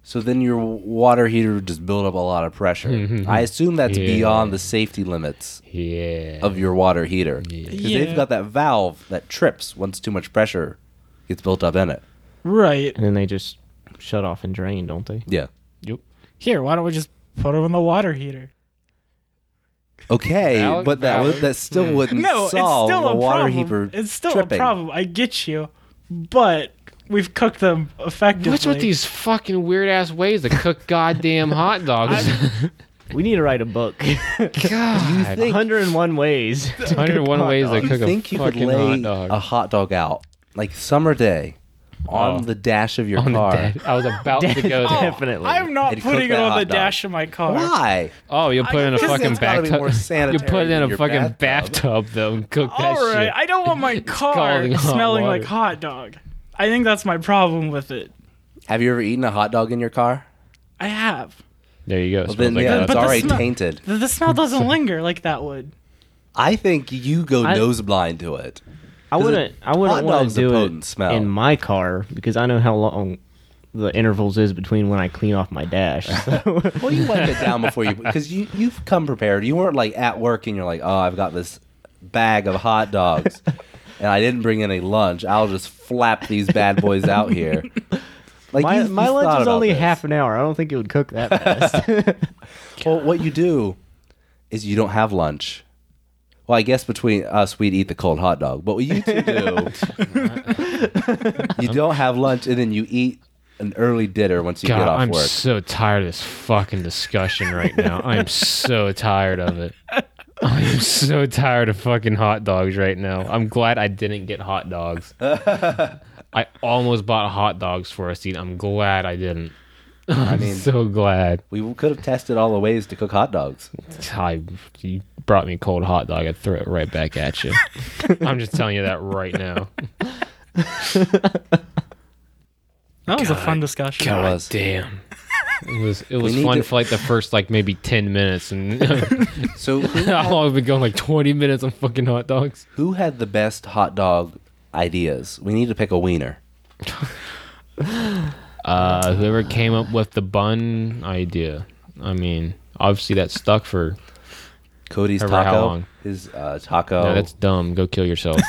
[SPEAKER 2] So then your water heater would just build up a lot of pressure. I assume that's
[SPEAKER 1] Mm-hmm, Yeah.
[SPEAKER 2] beyond the safety limits
[SPEAKER 1] Yeah.
[SPEAKER 2] of your water heater. Because
[SPEAKER 4] Yeah.
[SPEAKER 2] they've got that valve that trips once too much pressure gets built up in it.
[SPEAKER 4] Right.
[SPEAKER 3] And then they just shut off and drain, don't they?
[SPEAKER 2] Yeah.
[SPEAKER 1] Yep.
[SPEAKER 4] Here, why don't we just put them in the water heater?
[SPEAKER 2] Okay,
[SPEAKER 1] Valid-
[SPEAKER 2] but that would,
[SPEAKER 1] valid.
[SPEAKER 2] that still wouldn't
[SPEAKER 4] No, it's
[SPEAKER 2] solve
[SPEAKER 4] still
[SPEAKER 2] the
[SPEAKER 4] a
[SPEAKER 2] water
[SPEAKER 4] problem.
[SPEAKER 2] heater
[SPEAKER 4] It's still
[SPEAKER 2] tripping.
[SPEAKER 4] a problem. I get you, but we've cooked them effectively.
[SPEAKER 1] What's with these fucking weird ass ways to cook goddamn hot dogs?
[SPEAKER 3] We need to write a book.
[SPEAKER 1] God.
[SPEAKER 2] Think-
[SPEAKER 3] 101 ways. to cook
[SPEAKER 1] 101
[SPEAKER 3] hot
[SPEAKER 1] ways to
[SPEAKER 3] dogs.
[SPEAKER 1] cook a
[SPEAKER 2] think you could
[SPEAKER 1] fucking
[SPEAKER 2] lay
[SPEAKER 1] hot dog.
[SPEAKER 2] a hot dog out like summer day on
[SPEAKER 1] Oh.
[SPEAKER 2] the Oh, dash of your
[SPEAKER 1] on
[SPEAKER 2] car.
[SPEAKER 1] the dead. I was about to go there.
[SPEAKER 3] Definitely.
[SPEAKER 4] I'm not
[SPEAKER 2] They'd cook
[SPEAKER 4] putting it
[SPEAKER 2] that
[SPEAKER 4] on
[SPEAKER 2] hot
[SPEAKER 4] the
[SPEAKER 2] dog.
[SPEAKER 4] dash of my car.
[SPEAKER 2] Why?
[SPEAKER 1] Oh, you'll put it in a
[SPEAKER 2] Because
[SPEAKER 1] fucking
[SPEAKER 2] it's gotta be
[SPEAKER 1] bathtub.
[SPEAKER 2] more
[SPEAKER 1] You
[SPEAKER 2] sanitary
[SPEAKER 1] put it in
[SPEAKER 2] than
[SPEAKER 1] a
[SPEAKER 2] your
[SPEAKER 1] fucking
[SPEAKER 2] bathtub.
[SPEAKER 1] bathtub, though, and cook that
[SPEAKER 4] All right,
[SPEAKER 1] shit.
[SPEAKER 4] I don't want my car
[SPEAKER 1] scalding hot
[SPEAKER 4] smelling
[SPEAKER 1] water.
[SPEAKER 4] like hot dog. I think that's my problem with it.
[SPEAKER 2] Have you ever eaten a hot dog in your car?
[SPEAKER 4] I have.
[SPEAKER 1] There you go. It
[SPEAKER 2] Well,
[SPEAKER 1] smells
[SPEAKER 2] then
[SPEAKER 1] like
[SPEAKER 2] yeah,
[SPEAKER 1] hot
[SPEAKER 2] it's
[SPEAKER 4] But the
[SPEAKER 1] dog.
[SPEAKER 2] already
[SPEAKER 4] smell-
[SPEAKER 2] tainted.
[SPEAKER 4] The, the smell doesn't linger like that would.
[SPEAKER 2] I think you go
[SPEAKER 3] I-
[SPEAKER 2] nose blind to it.
[SPEAKER 3] I wouldn't. I wouldn't
[SPEAKER 2] hot
[SPEAKER 3] want
[SPEAKER 2] dog's
[SPEAKER 3] to
[SPEAKER 2] a
[SPEAKER 3] do
[SPEAKER 2] potent
[SPEAKER 3] it
[SPEAKER 2] smell.
[SPEAKER 3] in my car because I know how long the intervals is between when I clean off my dash. So
[SPEAKER 2] Well, you wipe it down before you because you you've come prepared. You weren't like at work and you're like, oh, I've got this bag of hot dogs, and I didn't bring any lunch. I'll just flap these bad boys out here. Like
[SPEAKER 3] my
[SPEAKER 2] you-
[SPEAKER 3] my
[SPEAKER 2] you thought
[SPEAKER 3] lunch is
[SPEAKER 2] about
[SPEAKER 3] only
[SPEAKER 2] this.
[SPEAKER 3] half an hour. I don't think it would cook that fast.
[SPEAKER 2] Well, what you do is you don't have lunch. Well, I guess between us, we'd eat the cold hot dog. But what you two do, you don't have lunch, and then you eat an early dinner once you get
[SPEAKER 1] God,
[SPEAKER 2] off
[SPEAKER 1] I'm
[SPEAKER 2] work.
[SPEAKER 1] so tired of this fucking discussion right now. I'm so tired of it. I'm so tired of fucking hot dogs right now. I'm glad I didn't get hot dogs. I almost bought hot dogs for us to eat. I'm glad I didn't. I
[SPEAKER 2] mean-
[SPEAKER 1] am so glad.
[SPEAKER 2] We could have tested all the ways to cook hot dogs.
[SPEAKER 1] I, you brought me a cold hot dog. I'd throw it right back at you. I'm just telling you that right now.
[SPEAKER 4] That was a fun discussion.
[SPEAKER 2] It was.
[SPEAKER 1] Damn. It was it was
[SPEAKER 2] need
[SPEAKER 1] fun
[SPEAKER 2] to-
[SPEAKER 1] for like the first like maybe ten minutes and
[SPEAKER 2] So who
[SPEAKER 1] how long have we been going like twenty minutes on fucking hot dogs?
[SPEAKER 2] Who had the best hot dog ideas? We need to pick a wiener.
[SPEAKER 1] Uh, whoever came up with the bun idea. I mean, obviously that stuck for
[SPEAKER 2] Cody's
[SPEAKER 1] However, how
[SPEAKER 2] taco.
[SPEAKER 1] long.
[SPEAKER 2] His uh, taco.
[SPEAKER 1] No, that's dumb. Go kill yourself.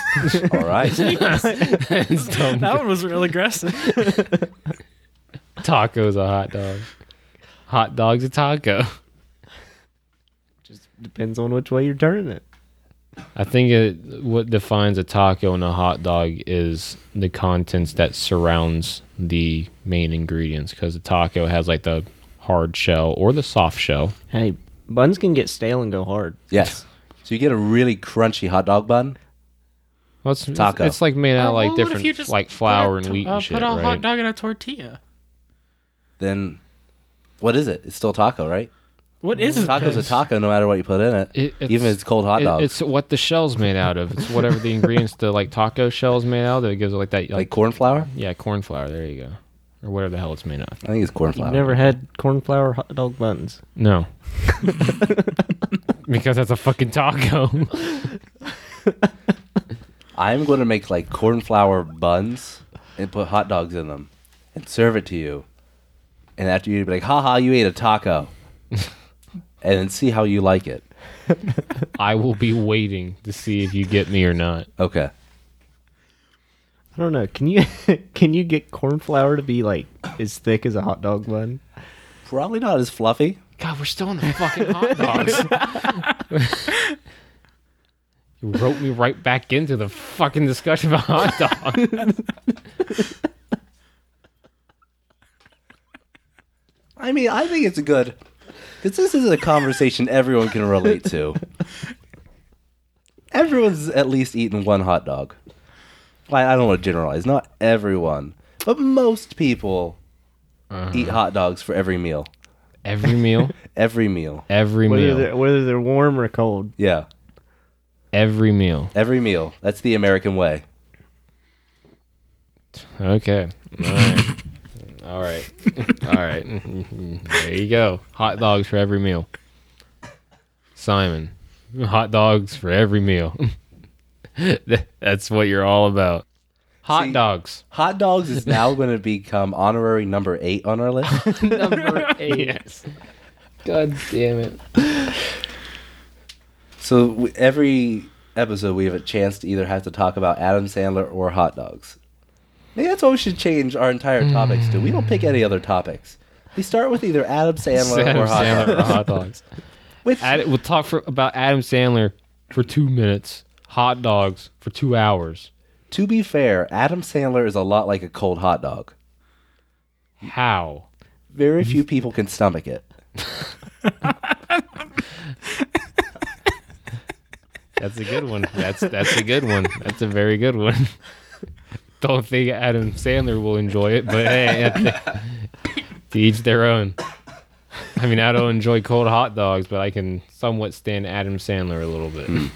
[SPEAKER 2] all right.
[SPEAKER 1] It's dumb.
[SPEAKER 4] That one was real aggressive.
[SPEAKER 1] Taco's a hot dog. Hot dog's a taco.
[SPEAKER 3] Just depends on which way you're turning it.
[SPEAKER 1] I think it, what defines a taco and a hot dog is the contents that surrounds the main ingredients. Because the taco has like the hard shell or the soft shell.
[SPEAKER 3] Hey, buns can get stale and go hard.
[SPEAKER 2] yes. So you get a really crunchy hot dog bun.
[SPEAKER 1] Well, it's, it's-
[SPEAKER 2] Taco.
[SPEAKER 1] It's, like made out of
[SPEAKER 4] Uh, Well,
[SPEAKER 1] like
[SPEAKER 4] what if you
[SPEAKER 1] different
[SPEAKER 4] just
[SPEAKER 1] like
[SPEAKER 4] put a
[SPEAKER 1] flour and
[SPEAKER 4] to-
[SPEAKER 1] wheat
[SPEAKER 4] uh,
[SPEAKER 1] and shit,
[SPEAKER 4] Put a
[SPEAKER 1] right?
[SPEAKER 4] hot dog in a tortilla.
[SPEAKER 2] Then, what is it? It's still taco, right?
[SPEAKER 4] What
[SPEAKER 1] Mm.
[SPEAKER 4] is it?
[SPEAKER 2] Taco's a taco, no matter what you put in it.
[SPEAKER 1] It- it's-
[SPEAKER 2] Even if it's cold hot
[SPEAKER 1] It-
[SPEAKER 2] dog,
[SPEAKER 1] it's what the shell's made out of. It's whatever the ingredients the like taco shell's made out of. It gives it like that
[SPEAKER 2] like
[SPEAKER 1] like,
[SPEAKER 2] corn flour.
[SPEAKER 1] yeah corn flour. There you go, or whatever the hell it's made out of.
[SPEAKER 2] I think it's corn
[SPEAKER 3] You've
[SPEAKER 2] flour.
[SPEAKER 3] never had corn flour hot dog buns.
[SPEAKER 1] No, because that's a fucking taco.
[SPEAKER 2] I'm going to make like corn flour buns and put hot dogs in them and serve it to you. And after you be like, haha, you ate a taco. and then see how you like it.
[SPEAKER 1] I will be waiting to see if you get me or not.
[SPEAKER 2] Okay.
[SPEAKER 3] I don't know. Can you can you get corn flour to be like as thick as a hot dog bun?
[SPEAKER 2] Probably not as fluffy.
[SPEAKER 1] God, we're still on the fucking hot dogs. you wrote me right back into the fucking discussion about hot dogs.
[SPEAKER 2] I mean, I think it's a good. Because this is a conversation everyone can relate to. Everyone's at least eaten one hot dog. Like, I don't want to generalize. Not everyone, but most people eat hot dogs for every meal.
[SPEAKER 1] Every meal,
[SPEAKER 2] Every meal.
[SPEAKER 1] every
[SPEAKER 3] Whether
[SPEAKER 1] meal,
[SPEAKER 3] they're, whether they're warm or cold.
[SPEAKER 2] Yeah.
[SPEAKER 1] every meal.
[SPEAKER 2] Every meal. That's the American way.
[SPEAKER 1] Okay. All right. All right. All right. there you go. Hot dogs for every meal. Simon, hot dogs for every meal. Th- That's what you're all about. Hot
[SPEAKER 2] See-
[SPEAKER 1] dogs.
[SPEAKER 2] Hot dogs is now going to become honorary number eight on our list.
[SPEAKER 1] Number eight. God damn it.
[SPEAKER 2] so w- every episode, we have a chance to either have to talk about Adam Sandler or hot dogs. Maybe that's what we should change our entire topics to. We don't pick any other topics. We start with either Adam Sandler
[SPEAKER 1] Adam
[SPEAKER 2] or hot
[SPEAKER 1] Sandler or
[SPEAKER 2] dogs.
[SPEAKER 1] hot dogs.
[SPEAKER 2] Which,
[SPEAKER 1] Ad- we'll talk for, about Adam Sandler for two minutes, hot dogs for two hours.
[SPEAKER 2] to be fair, Adam Sandler is a lot like a cold hot dog.
[SPEAKER 1] How?
[SPEAKER 2] Very few
[SPEAKER 1] Mm-hmm.
[SPEAKER 2] people can stomach it.
[SPEAKER 1] That's a good one. That's that's a good one. That's a very good one. Don't think Adam Sandler will enjoy it, but hey, I think- to each their own. I mean, I don't enjoy cold hot dogs, but I can somewhat stand Adam Sandler a little
[SPEAKER 4] Hmm.
[SPEAKER 1] bit.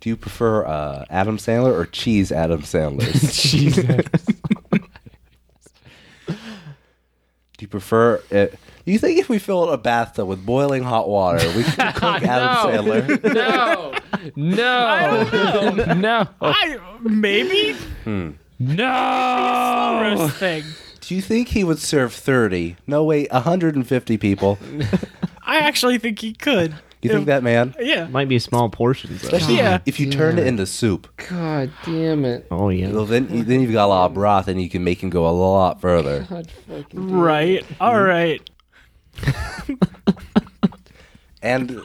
[SPEAKER 2] Do you prefer uh, Adam Sandler or cheese Adam Sandler's?
[SPEAKER 1] Jesus.
[SPEAKER 2] Do you prefer it? Do you think if we filled a bathtub with boiling hot water, we could cook Adam
[SPEAKER 1] No.
[SPEAKER 2] Sandler?
[SPEAKER 1] No. No. No.
[SPEAKER 4] I, maybe
[SPEAKER 1] No.
[SPEAKER 4] roast thing.
[SPEAKER 2] Do you think he would serve 30? No, wait, 150 people.
[SPEAKER 4] I actually think he could.
[SPEAKER 2] You think that man?
[SPEAKER 4] Yeah.
[SPEAKER 3] Might be small portions. Though.
[SPEAKER 2] Especially
[SPEAKER 4] Yeah.
[SPEAKER 2] if you turn it into soup.
[SPEAKER 1] God damn it.
[SPEAKER 3] Oh yeah.
[SPEAKER 2] Well, then, then you've got a lot of broth and you can make him go a lot further.
[SPEAKER 4] Right. All right.
[SPEAKER 2] And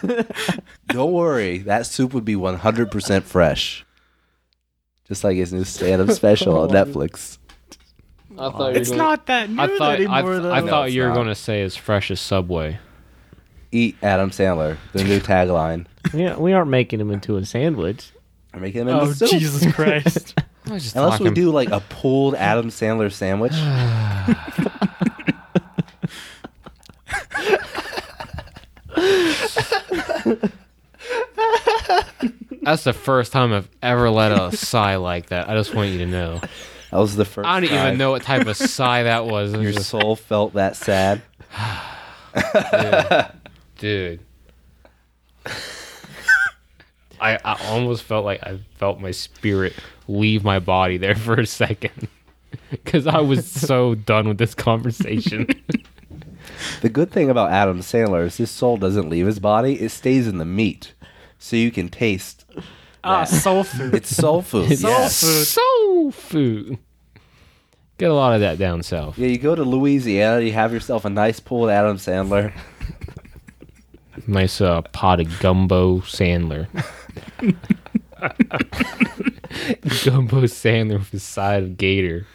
[SPEAKER 2] don't worry, that soup would be 100% fresh. Just like his new stand up special on Netflix.
[SPEAKER 1] I thought
[SPEAKER 4] It's not that new
[SPEAKER 1] I thought I,
[SPEAKER 4] anymore, though.
[SPEAKER 1] I
[SPEAKER 2] No,
[SPEAKER 1] thought
[SPEAKER 2] it's
[SPEAKER 1] you were
[SPEAKER 2] not.
[SPEAKER 1] going to say as fresh as Subway.
[SPEAKER 2] Eat Adam Sandler, the new tagline.
[SPEAKER 3] Yeah, we aren't making them into a sandwich.
[SPEAKER 2] I'm making him into
[SPEAKER 4] oh,
[SPEAKER 2] soup.
[SPEAKER 4] Jesus Christ.
[SPEAKER 1] I was just
[SPEAKER 2] Unless we
[SPEAKER 1] talking-
[SPEAKER 2] do like a pulled Adam Sandler sandwich.
[SPEAKER 1] That's the first time I've ever let out a sigh like that. I just want you to know.
[SPEAKER 2] That was the first.
[SPEAKER 1] I don't
[SPEAKER 2] time
[SPEAKER 1] even know what type of sigh that was. It was
[SPEAKER 2] Your
[SPEAKER 1] just,
[SPEAKER 2] soul felt that sad.
[SPEAKER 1] dude. I, I almost felt like I felt my spirit leave my body there for a second because I was so done with this conversation.
[SPEAKER 2] The good thing about Adam Sandler is his soul doesn't leave his body; it stays in the meat, so you can taste.
[SPEAKER 4] Ah,
[SPEAKER 2] that.
[SPEAKER 4] soul food.
[SPEAKER 2] It's soul food.
[SPEAKER 4] Soul
[SPEAKER 2] yes.
[SPEAKER 4] food.
[SPEAKER 1] Soul food. Get a lot of that down south.
[SPEAKER 2] Yeah, you go to Louisiana, you have yourself a nice pulled Adam Sandler.
[SPEAKER 1] Nice uh, pot of gumbo Sandler. gumbo Sandler with a side of gator.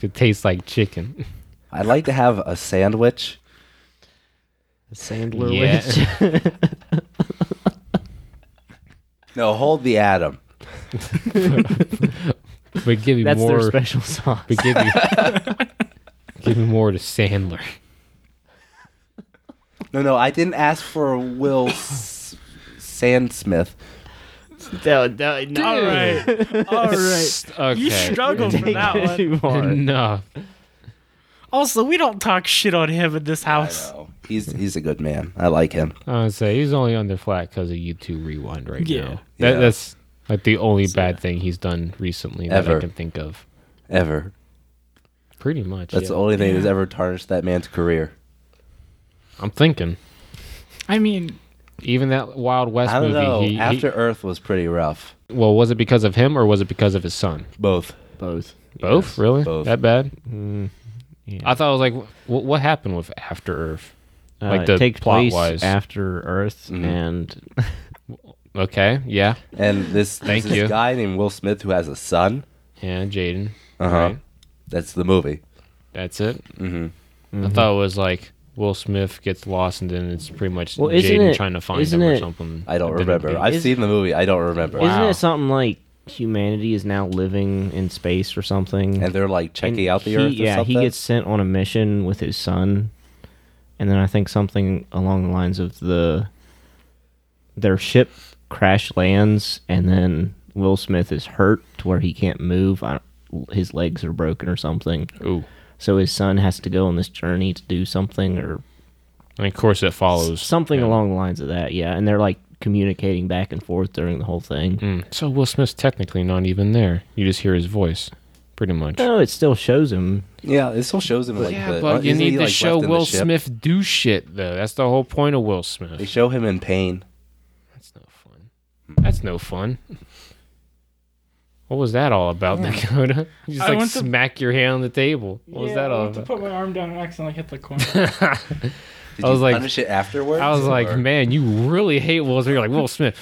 [SPEAKER 1] It tastes like chicken.
[SPEAKER 2] I'd like to have a sandwich.
[SPEAKER 3] Sandler
[SPEAKER 1] Yeah.
[SPEAKER 2] No, hold the Adam.
[SPEAKER 1] But give me
[SPEAKER 3] That's
[SPEAKER 1] more.
[SPEAKER 3] their special sauce.
[SPEAKER 1] But give me, give me more to Sandler.
[SPEAKER 2] No, no, I didn't ask for Will S- Sandsmith.
[SPEAKER 3] No, no, no.
[SPEAKER 4] All right. All right.
[SPEAKER 1] Okay.
[SPEAKER 4] You struggled for
[SPEAKER 3] Take
[SPEAKER 4] that
[SPEAKER 3] it
[SPEAKER 4] one.
[SPEAKER 3] too far.
[SPEAKER 1] Enough.
[SPEAKER 4] Also, we don't talk shit on him in this house.
[SPEAKER 2] He's he's a good man. I like him.
[SPEAKER 1] I would say he's only under flat because of U2 Rewind right
[SPEAKER 4] Yeah.
[SPEAKER 1] now. That,
[SPEAKER 2] Yeah.
[SPEAKER 1] That's like the only bad thing he's done recently that I
[SPEAKER 2] Ever.
[SPEAKER 1] can think of.
[SPEAKER 2] Ever.
[SPEAKER 1] Pretty much.
[SPEAKER 2] That's
[SPEAKER 1] yeah.
[SPEAKER 2] the only thing that's
[SPEAKER 4] Yeah.
[SPEAKER 2] ever tarnished that man's career.
[SPEAKER 1] I'm thinking.
[SPEAKER 4] I mean,
[SPEAKER 1] Even that Wild West
[SPEAKER 2] I don't
[SPEAKER 1] movie.
[SPEAKER 2] know.
[SPEAKER 1] he- he-
[SPEAKER 2] After Earth was pretty rough.
[SPEAKER 1] well, was it because of him or was it because of his son?
[SPEAKER 2] Both.
[SPEAKER 3] Both.
[SPEAKER 1] Both,
[SPEAKER 3] Yes.
[SPEAKER 1] really?
[SPEAKER 2] both.
[SPEAKER 1] That bad?
[SPEAKER 3] Mm, yeah.
[SPEAKER 1] I thought I was like, what, what happened with After Earth?
[SPEAKER 3] Uh,
[SPEAKER 1] Like
[SPEAKER 3] it
[SPEAKER 1] the
[SPEAKER 3] takes
[SPEAKER 1] plot
[SPEAKER 3] place
[SPEAKER 1] wise.
[SPEAKER 3] after Earth,
[SPEAKER 2] Mm-hmm.
[SPEAKER 3] and
[SPEAKER 1] okay, yeah,
[SPEAKER 2] And this,
[SPEAKER 1] Thank
[SPEAKER 2] there's this
[SPEAKER 1] you.
[SPEAKER 2] guy named Will Smith who has a son.
[SPEAKER 1] yeah, Jaden.
[SPEAKER 2] Uh-huh.
[SPEAKER 1] Right.
[SPEAKER 2] That's the movie.
[SPEAKER 1] That's it. Mm-hmm. I thought it was like Will Smith gets lost and then it's pretty much
[SPEAKER 3] Well, isn't
[SPEAKER 1] Jaden
[SPEAKER 3] it-
[SPEAKER 1] trying to find
[SPEAKER 3] isn't
[SPEAKER 1] him or
[SPEAKER 3] it-
[SPEAKER 1] something.
[SPEAKER 2] I don't
[SPEAKER 1] But then-
[SPEAKER 2] remember. I've
[SPEAKER 3] is-
[SPEAKER 2] seen the movie. I don't remember.
[SPEAKER 1] Wow.
[SPEAKER 3] isn't it something like humanity is now living in space or something?
[SPEAKER 2] And they're like checking
[SPEAKER 3] And
[SPEAKER 2] out the
[SPEAKER 3] he-
[SPEAKER 2] Earth. Or
[SPEAKER 3] yeah,
[SPEAKER 2] something?
[SPEAKER 3] he gets sent on a mission with his son, and then I think something along the lines of the their ship crash lands, and then Will Smith is hurt to where he can't move. I, his legs are broken or something,
[SPEAKER 1] Ooh.
[SPEAKER 3] so his son has to go on this journey to do something or
[SPEAKER 1] And of course, it follows
[SPEAKER 3] something
[SPEAKER 1] yeah.
[SPEAKER 3] along the lines of that. Yeah, and they're like communicating back and forth during the whole thing.
[SPEAKER 1] Mm. So Will Smith's technically not even there. You just hear his voice, pretty
[SPEAKER 2] Uh,
[SPEAKER 1] much.
[SPEAKER 3] No, it still shows him.
[SPEAKER 2] Yeah, it still shows him like.
[SPEAKER 1] yeah,
[SPEAKER 2] the, uh,
[SPEAKER 1] but you
[SPEAKER 2] isn't he,
[SPEAKER 1] need to
[SPEAKER 2] like,
[SPEAKER 1] show
[SPEAKER 2] left in the
[SPEAKER 1] Will
[SPEAKER 2] ship?
[SPEAKER 1] Smith do shit though. That's the whole point of Will Smith.
[SPEAKER 2] They show him in pain.
[SPEAKER 1] That's no fun. That's no fun. What was that all about, Dakota? You just
[SPEAKER 4] I
[SPEAKER 1] like
[SPEAKER 4] went to-
[SPEAKER 1] smack your hand on the table. What was that all
[SPEAKER 4] to
[SPEAKER 1] about?
[SPEAKER 4] put my arm down and accidentally hit the corner.
[SPEAKER 2] Did
[SPEAKER 1] I was
[SPEAKER 2] you
[SPEAKER 1] like-
[SPEAKER 2] punish it afterwards.
[SPEAKER 1] I was like,
[SPEAKER 2] or-
[SPEAKER 1] man, you really hate Will Smith. You're like Will Smith.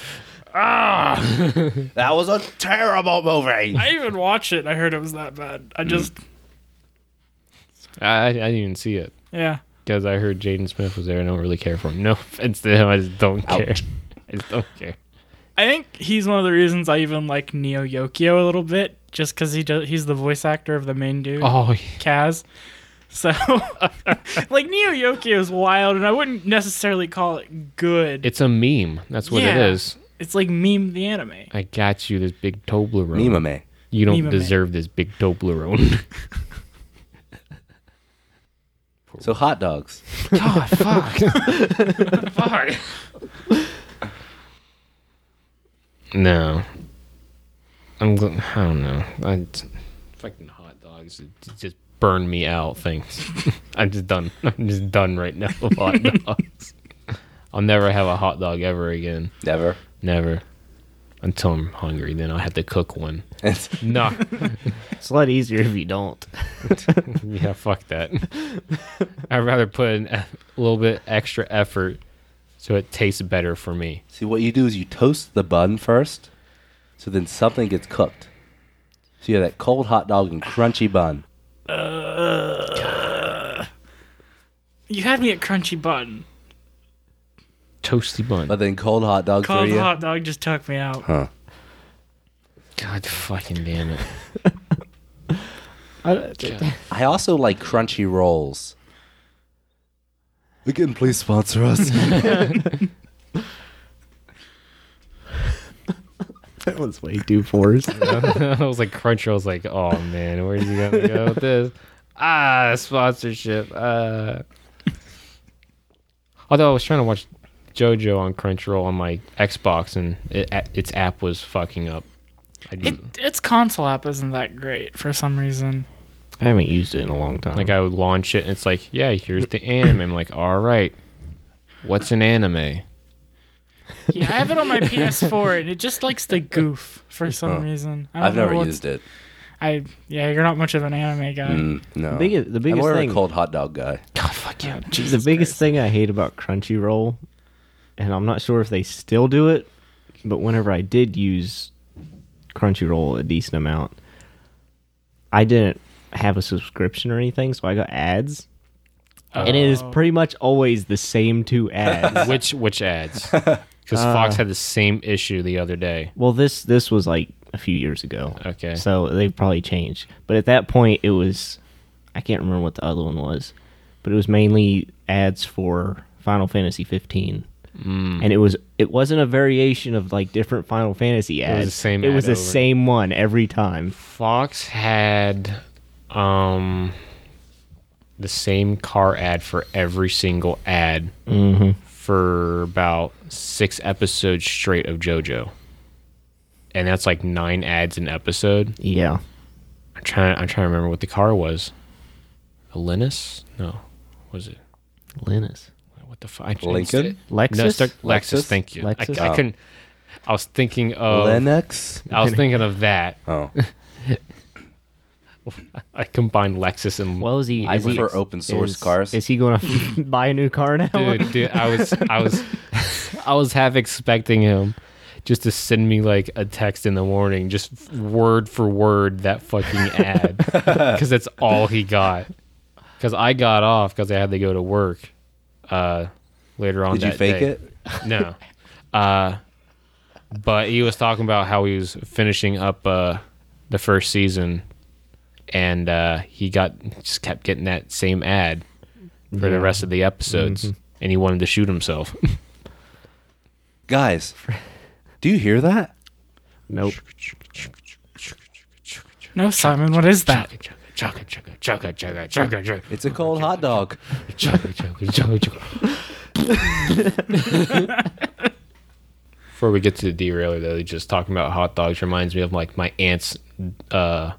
[SPEAKER 1] Ah,
[SPEAKER 2] that was a terrible movie.
[SPEAKER 4] I even watched it. and I heard it was that bad.
[SPEAKER 1] Mm.
[SPEAKER 4] I just,
[SPEAKER 1] I, I didn't even see it
[SPEAKER 4] yeah.
[SPEAKER 1] because I heard Jaden Smith was there. and I don't really care for him. No offense to him, I just don't care.
[SPEAKER 2] Ouch.
[SPEAKER 1] I just don't care.
[SPEAKER 4] I think he's one of the reasons I even like Neo Yokio a little bit, just because he does. He's the voice actor of the main dude,
[SPEAKER 1] Oh, yeah.
[SPEAKER 4] Kaz. So, like Neo Yokio is wild, and I wouldn't necessarily call it good.
[SPEAKER 1] it's a meme. That's what
[SPEAKER 4] Yeah.
[SPEAKER 1] it is.
[SPEAKER 4] it's like meme the anime.
[SPEAKER 1] I got you this big Toblerone.
[SPEAKER 2] Mimame.
[SPEAKER 1] You don't
[SPEAKER 4] Meme, man.
[SPEAKER 1] deserve this big Toblerone.
[SPEAKER 2] So hot dogs.
[SPEAKER 1] God, fuck. fuck. No. I'm gl- I don't know. I fucking hot dogs it j- just burn me out things. I'm just done. I'm just done right now with hot dogs. I'll never have a hot dog ever again.
[SPEAKER 2] Never.
[SPEAKER 1] Never. Until I'm hungry, then I'll have to cook one.
[SPEAKER 2] It's,
[SPEAKER 1] No.
[SPEAKER 3] It's a lot easier if you don't.
[SPEAKER 1] yeah, fuck that. I'd rather put in a little bit extra effort so it tastes better for me.
[SPEAKER 2] see, what you do is you toast the bun first, so then something gets cooked. So you have that cold hot dog and crunchy bun.
[SPEAKER 4] Uh, You had me at crunchy bun.
[SPEAKER 1] toasty bun.
[SPEAKER 2] But then cold hot dog for
[SPEAKER 4] Cold
[SPEAKER 2] you.
[SPEAKER 4] hot dog just took me out.
[SPEAKER 2] Huh.
[SPEAKER 1] God fucking damn it.
[SPEAKER 2] I also like crunchy rolls. Again, please sponsor us.
[SPEAKER 3] That was way too forced.
[SPEAKER 1] I was like crunch. I was like, oh man, where's he gonna go with this? Ah, sponsorship. Uh. Although I was trying to watch JoJo on Crunchyroll on my Xbox, and it, a- its app was fucking up. I
[SPEAKER 4] It,
[SPEAKER 1] didn't-
[SPEAKER 4] its console app isn't that great for some reason.
[SPEAKER 3] I haven't used it in a long time.
[SPEAKER 1] Like I would launch it, and it's like, yeah, here's the anime. I'm like, all right, what's an anime?
[SPEAKER 4] Yeah, I have it on my PS4, and it just likes to goof for some
[SPEAKER 2] Huh.
[SPEAKER 4] reason. I don't
[SPEAKER 2] Oh, I've
[SPEAKER 4] know
[SPEAKER 2] never
[SPEAKER 4] what's-
[SPEAKER 2] used it.
[SPEAKER 4] I yeah, you're not much of an anime guy.
[SPEAKER 2] Mm, no.
[SPEAKER 3] the biggest, the
[SPEAKER 2] I'm
[SPEAKER 3] biggest
[SPEAKER 2] more of
[SPEAKER 3] thing,
[SPEAKER 2] a cold hot dog guy.
[SPEAKER 1] God, fuck yeah.
[SPEAKER 3] the biggest thing I hate about Crunchyroll, and I'm not sure if they still do it, but whenever I did use Crunchyroll a decent amount, I didn't have a subscription or anything, so I got ads, and it is pretty much always the same two ads.
[SPEAKER 1] Which which ads? Because Fox had the same issue the other day.
[SPEAKER 3] well, this this was like a few years ago.
[SPEAKER 1] Okay.
[SPEAKER 3] So they probably changed. But at that point, it was I can't remember what the other one was, but it was mainly ads for Final Fantasy 15. And it was it wasn't a variation of like different Final Fantasy ads.
[SPEAKER 1] was the same
[SPEAKER 3] It
[SPEAKER 1] ad
[SPEAKER 3] was the
[SPEAKER 1] over.
[SPEAKER 3] same one every time.
[SPEAKER 1] Fox had um the same car ad for every single ad for about six episodes straight of JoJo. And that's like nine ads an episode.
[SPEAKER 3] Yeah.
[SPEAKER 1] I'm trying I'm trying to remember what the car was. A Linus? No. Was it
[SPEAKER 3] Linus.
[SPEAKER 1] what the fuck?
[SPEAKER 2] Lincoln?
[SPEAKER 3] Lexus?
[SPEAKER 1] No, it's the- Lexus,
[SPEAKER 2] Lexus?
[SPEAKER 1] thank you. I-
[SPEAKER 3] Lexus?
[SPEAKER 1] I,
[SPEAKER 2] Oh.
[SPEAKER 1] couldn't I was thinking of
[SPEAKER 2] Linux.
[SPEAKER 1] I was thinking of that.
[SPEAKER 2] Oh,
[SPEAKER 1] I combined Lexus and
[SPEAKER 3] Well, is he?
[SPEAKER 2] I
[SPEAKER 3] is he-
[SPEAKER 2] prefer open source
[SPEAKER 3] is-
[SPEAKER 2] cars.
[SPEAKER 3] Is he going to buy a new car now?
[SPEAKER 1] dude, dude, I was, I was, I was half expecting him just to send me like a text in the morning, just word for word that fucking ad, because that's all he got. Because I got off because I had to go to work uh, later on.
[SPEAKER 2] Did you
[SPEAKER 1] that
[SPEAKER 2] fake
[SPEAKER 1] day.
[SPEAKER 2] it?
[SPEAKER 1] No. Uh, but he was talking about how he was finishing up uh, the first season, and uh, he got just kept getting that same ad for the rest of the episodes,
[SPEAKER 2] Mm-hmm.
[SPEAKER 1] and he wanted to shoot himself.
[SPEAKER 2] Guys, do you hear that?
[SPEAKER 3] Nope.
[SPEAKER 4] No, Simon, what is that?
[SPEAKER 1] Chugga, chugga, chugga, chugga, chugga, chugga, chugga,
[SPEAKER 2] It's a cold hot dog.
[SPEAKER 1] chugga, chugga, chugga, chugga. Before we get to the derailer, though, just talking about hot dogs reminds me of like my aunt's uh,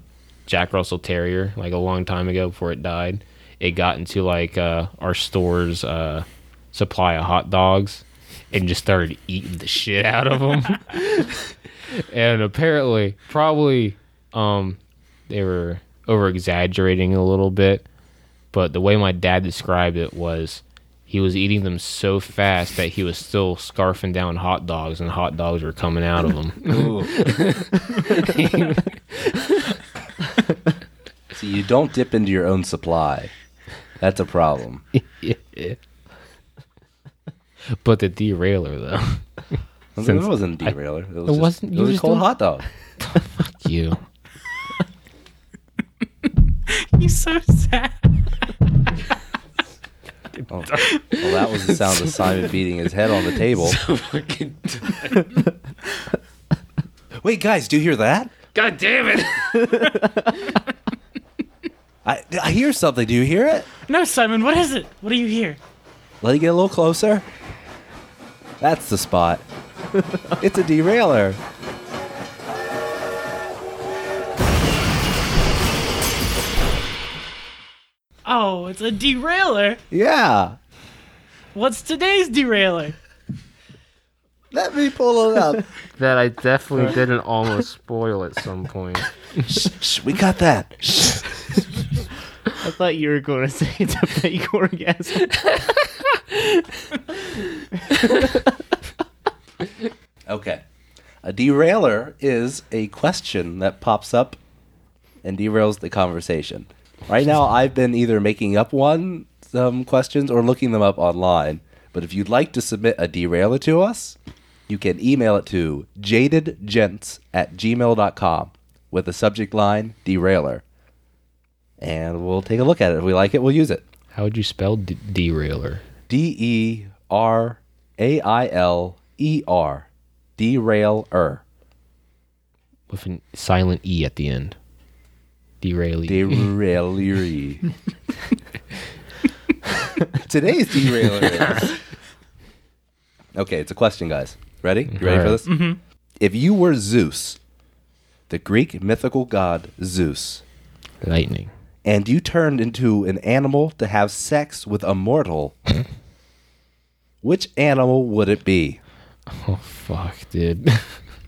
[SPEAKER 1] Jack Russell Terrier, like a long time ago before it died. It got into like uh, our store's uh, supply of hot dogs and just started eating the shit out of them. and apparently, probably um, they were over exaggerating a little bit, but the way my dad described it was he was eating them so fast that he was still scarfing down hot dogs and hot dogs were coming out of him.
[SPEAKER 2] Ooh. See, you don't dip into your own supply. That's a problem.
[SPEAKER 1] but the derailer though.
[SPEAKER 2] it wasn't a derailer. It, was
[SPEAKER 1] It
[SPEAKER 2] just,
[SPEAKER 1] wasn't-
[SPEAKER 2] It
[SPEAKER 1] you
[SPEAKER 2] was a
[SPEAKER 1] just
[SPEAKER 2] cold
[SPEAKER 1] don't-
[SPEAKER 2] hot dog.
[SPEAKER 1] You.
[SPEAKER 4] He's so sad.
[SPEAKER 2] Oh. Well, that was the sound of Simon beating his head on the table. Wait, guys, do you hear that?
[SPEAKER 1] God damn it.
[SPEAKER 2] I, I hear something. Do you hear it?
[SPEAKER 4] No, Simon, what is it? What do you hear?
[SPEAKER 2] Let it get a little closer. That's the spot. it's a derailer.
[SPEAKER 4] Oh, it's a derailer.
[SPEAKER 2] Yeah.
[SPEAKER 4] What's today's derailer?
[SPEAKER 2] Let me pull it up.
[SPEAKER 1] That I definitely didn't almost spoil at some point.
[SPEAKER 2] Shh, we got that.
[SPEAKER 3] I thought you were going to say it's a fake orgasm.
[SPEAKER 2] Okay. A derailer is a question that pops up and derails the conversation. Right now, I've been either making up one some questions or looking them up online. But if you'd like to submit a derailer to us, you can email it to jadedgents at gmail.com with the subject line derailer. And we'll take a look at it. If we like it, we'll use it.
[SPEAKER 1] How would you spell d- derailer?
[SPEAKER 2] D E R A I L E R. Derailer.
[SPEAKER 1] With a silent E at the end. Derailer.
[SPEAKER 2] Derailery. Today's derailer is. Okay, it's a question, guys. Ready? You ready for
[SPEAKER 1] Alright.
[SPEAKER 2] this? Mm-hmm. If you were Zeus, the Greek mythical god Zeus,
[SPEAKER 1] Lightning.
[SPEAKER 2] and you turned into an animal to have sex with a mortal, which animal would it be?
[SPEAKER 1] Oh fuck, dude.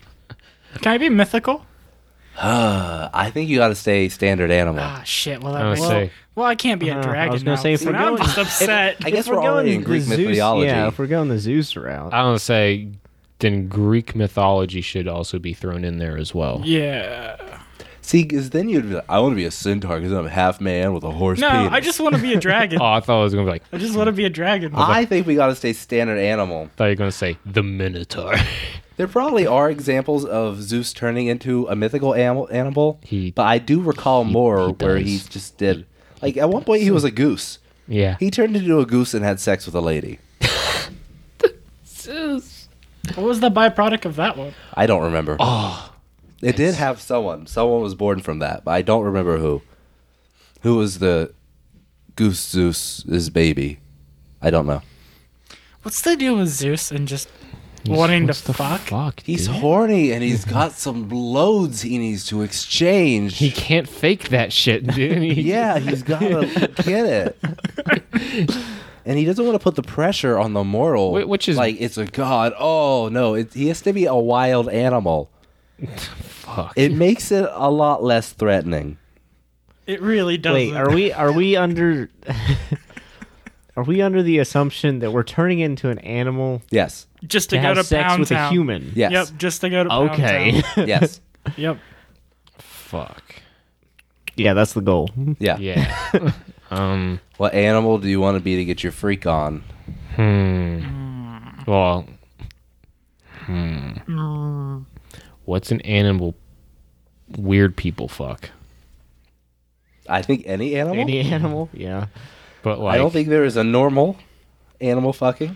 [SPEAKER 4] Can I be mythical?
[SPEAKER 2] Uh, I think you got to stay standard animal.
[SPEAKER 4] Ah, shit. Well,
[SPEAKER 1] I
[SPEAKER 4] that
[SPEAKER 1] would
[SPEAKER 4] makes, well,
[SPEAKER 1] say-
[SPEAKER 4] well, I can't be a
[SPEAKER 3] Uh, I
[SPEAKER 4] dragon.
[SPEAKER 3] was gonna
[SPEAKER 4] now.
[SPEAKER 3] say, if
[SPEAKER 4] See,
[SPEAKER 3] we're
[SPEAKER 4] now I'm
[SPEAKER 3] going-
[SPEAKER 4] just upset.
[SPEAKER 2] I guess
[SPEAKER 3] If
[SPEAKER 2] we're already in
[SPEAKER 3] the
[SPEAKER 2] Greek
[SPEAKER 3] Zeus,
[SPEAKER 2] mythology.
[SPEAKER 3] Yeah, if we're going the Zeus route.
[SPEAKER 1] I don't say then Greek mythology should also be thrown in there as well.
[SPEAKER 4] yeah.
[SPEAKER 2] See, because then you'd be like, I want to be a centaur because I'm half man with a horse
[SPEAKER 4] No,
[SPEAKER 2] penis.
[SPEAKER 4] I just want to be a dragon.
[SPEAKER 1] Oh, I thought it was gonna be like
[SPEAKER 4] I just want to be a dragon.
[SPEAKER 2] I think we got to stay standard animal.
[SPEAKER 1] thought you were gonna say the Minotaur.
[SPEAKER 2] There probably are examples of Zeus turning into a mythical animal, animal
[SPEAKER 1] He-
[SPEAKER 2] but I do recall more
[SPEAKER 1] he
[SPEAKER 2] where he
[SPEAKER 1] does.
[SPEAKER 2] just did. Like at one point, he was a goose.
[SPEAKER 1] yeah.
[SPEAKER 2] He turned into a goose and had sex with a lady.
[SPEAKER 4] what was the byproduct of that one?
[SPEAKER 2] I don't remember. Oh, it did have someone. Someone was born from that, but I don't remember who. Who was the goose Zeus's baby? I don't know.
[SPEAKER 4] What's the deal with Zeus and just wanting to fuck?
[SPEAKER 1] Fuck.
[SPEAKER 2] He's
[SPEAKER 1] dude.
[SPEAKER 2] horny and he's got some loads he needs to exchange.
[SPEAKER 1] he can't fake that shit, dude. He-
[SPEAKER 2] yeah, he's gotta get it. And he doesn't want to put the pressure on the mortal,
[SPEAKER 1] Wh- which is-
[SPEAKER 2] like it's a god. Oh no, it, he has to be a wild animal.
[SPEAKER 1] Fuck.
[SPEAKER 2] It makes it a lot less threatening.
[SPEAKER 4] It really doesn't.
[SPEAKER 3] Wait, are we are we under are we under the assumption that we're turning into an animal
[SPEAKER 2] Yes,
[SPEAKER 4] just to,
[SPEAKER 3] to,
[SPEAKER 4] go
[SPEAKER 3] have
[SPEAKER 4] to
[SPEAKER 3] sex
[SPEAKER 4] Pound
[SPEAKER 3] with
[SPEAKER 4] Town?
[SPEAKER 3] a human?
[SPEAKER 2] yes,
[SPEAKER 4] Yep, just to go to Pound
[SPEAKER 3] Okay.
[SPEAKER 4] Town.
[SPEAKER 2] yes,
[SPEAKER 4] Yep.
[SPEAKER 1] Fuck.
[SPEAKER 3] yeah, that's the goal.
[SPEAKER 2] yeah.
[SPEAKER 1] Yeah. um.
[SPEAKER 2] What animal do you want to be to get your freak on?
[SPEAKER 1] Hmm. Well. Hmm. What's an animal? Weird people fuck.
[SPEAKER 2] I think any animal.
[SPEAKER 3] Any animal? Yeah.
[SPEAKER 1] But like,
[SPEAKER 2] I don't think there is a normal animal fucking.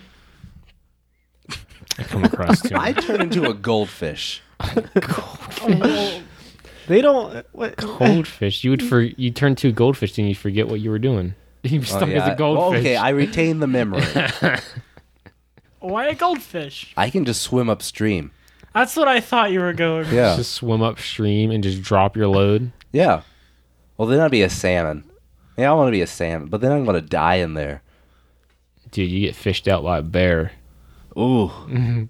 [SPEAKER 1] I come across too.
[SPEAKER 2] I turn into a goldfish.
[SPEAKER 3] They don't what
[SPEAKER 1] goldfish. You would for you turn to a goldfish and you forget what you were doing. You
[SPEAKER 2] Oh,
[SPEAKER 1] stuck
[SPEAKER 2] yeah.
[SPEAKER 1] as a goldfish.
[SPEAKER 2] Well, okay, I retain the memory.
[SPEAKER 4] Why a goldfish?
[SPEAKER 2] I can just swim upstream.
[SPEAKER 4] That's what I thought you were going. with.
[SPEAKER 2] Yeah.
[SPEAKER 1] Just swim upstream and just drop your load.
[SPEAKER 2] Yeah. Well, then I'd be a salmon. Yeah, I want to be a salmon, but then I'm going to die in there.
[SPEAKER 1] Dude, you get fished out by a bear.
[SPEAKER 2] Ooh.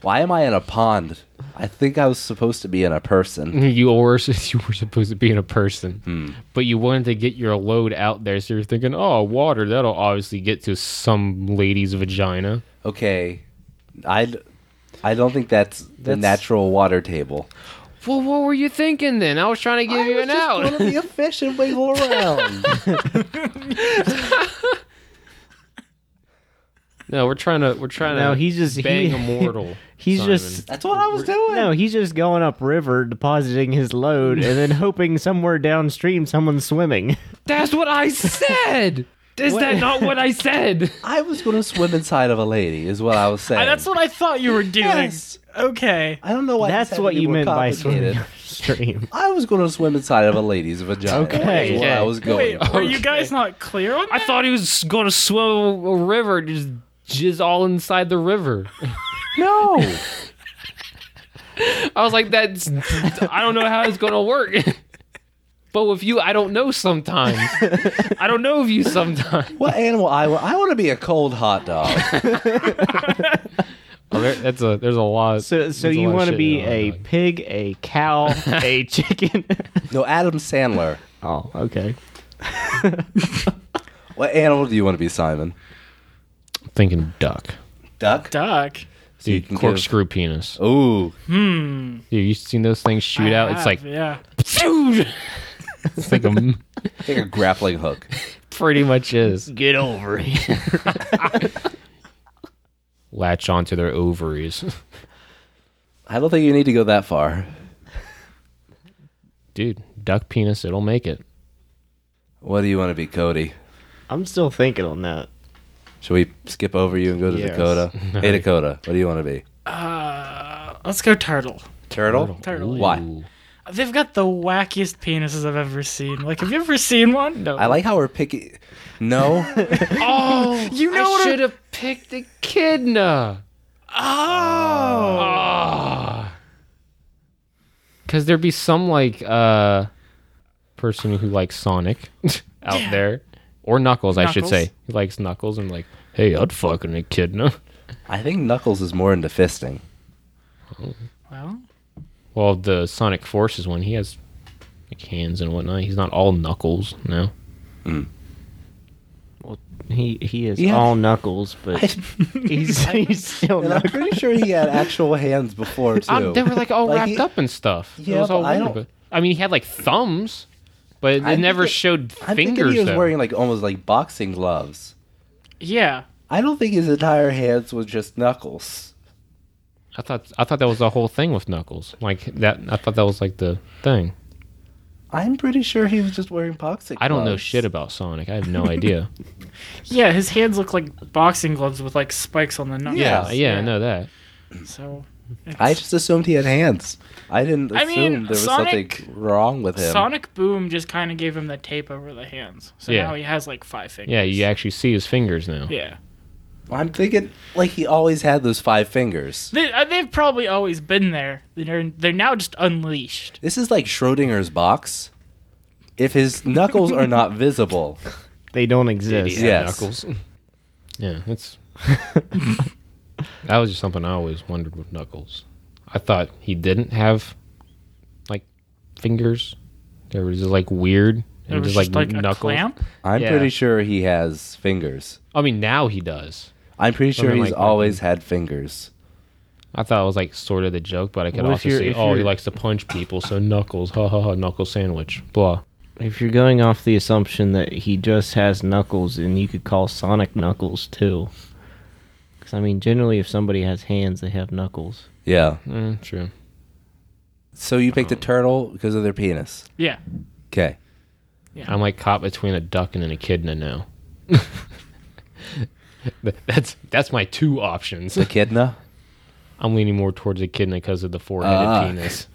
[SPEAKER 2] Why am I in a pond? I think I was supposed to be in a person.
[SPEAKER 1] You were you were supposed to be in a person,
[SPEAKER 3] Hmm.
[SPEAKER 1] but you wanted to get your load out there, so you're thinking, "Oh, water that'll obviously get to some lady's vagina."
[SPEAKER 2] Okay. I I don't think that's, the
[SPEAKER 1] That's-
[SPEAKER 2] natural water table.
[SPEAKER 1] Well, what were you thinking then? I was trying to give you an out.
[SPEAKER 2] to be a fish and wiggle around.
[SPEAKER 1] No, we're trying to we're trying
[SPEAKER 3] No,
[SPEAKER 1] to
[SPEAKER 3] he's just-
[SPEAKER 1] bang
[SPEAKER 3] he-
[SPEAKER 1] a mortal.
[SPEAKER 3] he's
[SPEAKER 1] Simon.
[SPEAKER 3] just
[SPEAKER 2] that's what I was doing.
[SPEAKER 3] no, he's just going up river depositing his load and then hoping somewhere downstream someone's swimming.
[SPEAKER 1] That's what I said. Is that not what I said?
[SPEAKER 2] I was going to swim inside of a lady, is what I was saying.
[SPEAKER 4] I- that's what I thought you were doing.
[SPEAKER 2] Yes.
[SPEAKER 4] Okay.
[SPEAKER 2] I don't know why. this had
[SPEAKER 3] That's
[SPEAKER 2] to
[SPEAKER 3] what
[SPEAKER 2] be
[SPEAKER 3] you
[SPEAKER 2] more
[SPEAKER 3] meant by
[SPEAKER 2] complicated.
[SPEAKER 3] swimming upstream.
[SPEAKER 2] I was going to swim inside of a lady's vagina.
[SPEAKER 3] Okay.
[SPEAKER 2] That's where I
[SPEAKER 1] Okay.
[SPEAKER 2] was going.
[SPEAKER 4] Wait, were you guys not clear on
[SPEAKER 1] I
[SPEAKER 4] that?
[SPEAKER 1] thought he was going to swim a river, just jizz all inside the river.
[SPEAKER 2] no.
[SPEAKER 1] I was like, that's I don't know how it's gonna work. but with you, I don't know sometimes. I don't know of you sometimes.
[SPEAKER 2] What animal I want? I want to be a cold hot dog.
[SPEAKER 1] that's a there's a lot.
[SPEAKER 3] So so you want to be a pig, a cow, a chicken.
[SPEAKER 2] no, Adam Sandler.
[SPEAKER 3] oh, okay.
[SPEAKER 2] What animal do you want to be, Simon?
[SPEAKER 1] thinking duck.
[SPEAKER 2] Duck.
[SPEAKER 4] Duck.
[SPEAKER 2] So you
[SPEAKER 1] Dude,
[SPEAKER 2] can give-
[SPEAKER 1] corkscrew penis.
[SPEAKER 2] Ooh,
[SPEAKER 1] Dude, you seen those things shoot
[SPEAKER 4] I
[SPEAKER 1] out? It's
[SPEAKER 4] have,
[SPEAKER 1] like,
[SPEAKER 4] yeah.
[SPEAKER 1] it's like a,
[SPEAKER 2] take a grappling hook.
[SPEAKER 1] pretty much is.
[SPEAKER 3] Get over it.
[SPEAKER 1] Latch onto their ovaries.
[SPEAKER 2] I don't think you need to go that far.
[SPEAKER 1] Dude, duck penis, it'll make it.
[SPEAKER 2] What do you want to be, Cody?
[SPEAKER 3] I'm still thinking on that.
[SPEAKER 2] Should we skip over you and go to
[SPEAKER 3] Yes.
[SPEAKER 2] Dakota? Hey, Dakota. What do you want to be?
[SPEAKER 4] Uh, Let's go turtle.
[SPEAKER 2] Turtle.
[SPEAKER 4] Turtle.
[SPEAKER 2] Why?
[SPEAKER 1] Ooh.
[SPEAKER 4] They've got the wackiest penises I've ever seen. Like, have you ever seen one? No.
[SPEAKER 2] I like how we're picky. No,
[SPEAKER 1] Oh, you
[SPEAKER 4] know what
[SPEAKER 1] I
[SPEAKER 4] I-
[SPEAKER 1] should have picked echidna. Ah.
[SPEAKER 4] Oh.
[SPEAKER 1] Because there'd be some like uh person who likes Sonic out there, or Knuckles, I should
[SPEAKER 4] Knuckles.
[SPEAKER 1] say. He likes Knuckles and like, hey, I'd fucking echidna.
[SPEAKER 2] I think Knuckles is more into fisting.
[SPEAKER 4] Well,
[SPEAKER 1] Well, the Sonic Forces one, he has like hands and whatnot. He's not all Knuckles, no.
[SPEAKER 3] He he is
[SPEAKER 2] Yeah.
[SPEAKER 3] all knuckles, but he's, he's still
[SPEAKER 2] And I'm
[SPEAKER 3] knuckles.
[SPEAKER 2] pretty sure he had actual hands before too.
[SPEAKER 1] Um, they were like all
[SPEAKER 2] Like,
[SPEAKER 1] wrapped
[SPEAKER 2] he-
[SPEAKER 1] up and stuff. It
[SPEAKER 2] Yeah,
[SPEAKER 1] was all
[SPEAKER 2] but I
[SPEAKER 1] weird,
[SPEAKER 2] don't-
[SPEAKER 1] but- I mean, he had like thumbs, but it
[SPEAKER 2] I'm
[SPEAKER 1] never
[SPEAKER 2] thinking-
[SPEAKER 1] showed
[SPEAKER 2] I'm
[SPEAKER 1] fingers.
[SPEAKER 2] thinking he was
[SPEAKER 1] though.
[SPEAKER 2] wearing like almost like boxing gloves.
[SPEAKER 4] yeah.
[SPEAKER 2] I don't think his entire hands was just knuckles.
[SPEAKER 1] I thought I thought that was the whole thing with Knuckles. Like that, I thought that was like the thing.
[SPEAKER 2] I'm pretty sure he was just wearing boxing.
[SPEAKER 1] I don't know
[SPEAKER 2] gloves.
[SPEAKER 1] shit about Sonic. I have no idea.
[SPEAKER 4] Yeah, his hands look like boxing gloves with like spikes on the knuckles.
[SPEAKER 2] Yeah.
[SPEAKER 1] Uh, yeah, I know that.
[SPEAKER 4] So
[SPEAKER 2] I just assumed he had hands. I didn't assume
[SPEAKER 4] I mean,
[SPEAKER 2] there was
[SPEAKER 4] Sonic-
[SPEAKER 2] something wrong with him.
[SPEAKER 4] Sonic Boom just kind of gave him the tape over the hands. So
[SPEAKER 1] Yeah.
[SPEAKER 4] now he has like five fingers.
[SPEAKER 1] Yeah, you actually see his fingers now.
[SPEAKER 4] Yeah.
[SPEAKER 2] I'm thinking like he always had those five fingers.
[SPEAKER 4] They, uh, they've probably always been there. They're they're now just unleashed.
[SPEAKER 2] This is like Schrodinger's box. If his knuckles are not visible,
[SPEAKER 3] They don't exist.
[SPEAKER 1] Idiot
[SPEAKER 2] Yes.
[SPEAKER 1] Knuckles. Yeah, it's that was just something I always wondered with Knuckles. I thought he didn't have like fingers. They were just like weird and
[SPEAKER 4] There was
[SPEAKER 1] just
[SPEAKER 4] just like, a
[SPEAKER 1] Knuckles.
[SPEAKER 4] clamp.
[SPEAKER 2] I'm
[SPEAKER 1] Yeah.
[SPEAKER 2] pretty sure he has fingers.
[SPEAKER 1] I mean, now he does.
[SPEAKER 2] I'm pretty sure
[SPEAKER 1] Something
[SPEAKER 2] he's
[SPEAKER 1] like that.
[SPEAKER 2] always had fingers.
[SPEAKER 1] I thought it was like sort of the joke, but I could
[SPEAKER 3] Well, if
[SPEAKER 1] also
[SPEAKER 3] you're-
[SPEAKER 1] see,
[SPEAKER 3] if
[SPEAKER 1] oh, he
[SPEAKER 3] you're-
[SPEAKER 1] likes to punch people, so knuckles, ha ha ha, knuckle sandwich, blah.
[SPEAKER 3] If you're going off the assumption that he just has knuckles, then you could call Sonic knuckles too. Because I mean, generally, if somebody has hands, they have knuckles.
[SPEAKER 2] Yeah.
[SPEAKER 1] Mm, true.
[SPEAKER 2] So you picked a turtle because of their penis.
[SPEAKER 4] Yeah.
[SPEAKER 2] Okay.
[SPEAKER 1] I'm like caught between a duck and an echidna now. Th- that's that's my two options.
[SPEAKER 2] Echidna?
[SPEAKER 1] I'm leaning more towards echidna because of the four-headed
[SPEAKER 2] Ah.
[SPEAKER 1] penis.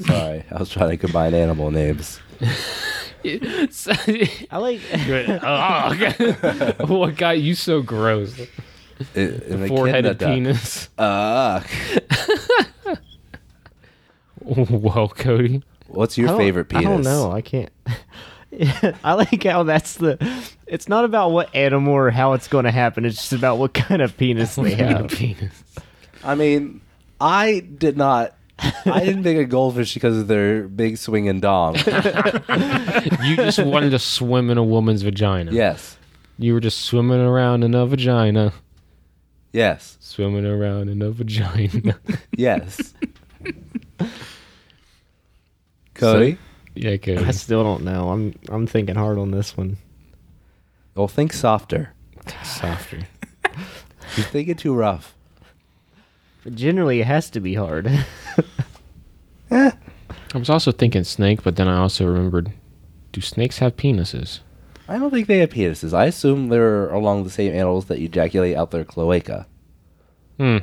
[SPEAKER 2] Sorry, I was trying to combine animal names.
[SPEAKER 3] I like.
[SPEAKER 1] oh, God. what got you so gross?
[SPEAKER 2] I- an
[SPEAKER 1] Four-headed
[SPEAKER 2] echidna
[SPEAKER 1] penis.
[SPEAKER 2] duck. Ugh.
[SPEAKER 1] well, Cody,
[SPEAKER 2] what's your favorite penis?
[SPEAKER 3] I don't know. I can't. I like how that's the. It's not about what animal or how it's going to happen. It's just about what kind of penis they
[SPEAKER 1] four-headed
[SPEAKER 3] have.
[SPEAKER 1] penis.
[SPEAKER 2] I mean, I did not. I didn't pick a goldfish because of their big swinging dong.
[SPEAKER 1] You just wanted to swim in a woman's vagina.
[SPEAKER 2] yes.
[SPEAKER 1] You were just swimming around in a vagina.
[SPEAKER 2] Yes.
[SPEAKER 1] Swimming around in a vagina.
[SPEAKER 2] Yes. Cody?
[SPEAKER 1] yeah,
[SPEAKER 3] I
[SPEAKER 1] Cody.
[SPEAKER 3] still don't know. I'm I'm thinking hard on this one.
[SPEAKER 2] well, think softer.
[SPEAKER 1] Softer.
[SPEAKER 2] You're thinking too rough.
[SPEAKER 3] But generally, it has to be hard.
[SPEAKER 1] I was also thinking snake, but then I also remembered do snakes have penises?
[SPEAKER 2] I don't think they have penises. I assume they're along the same animals that ejaculate out their cloaca.
[SPEAKER 1] Hmm.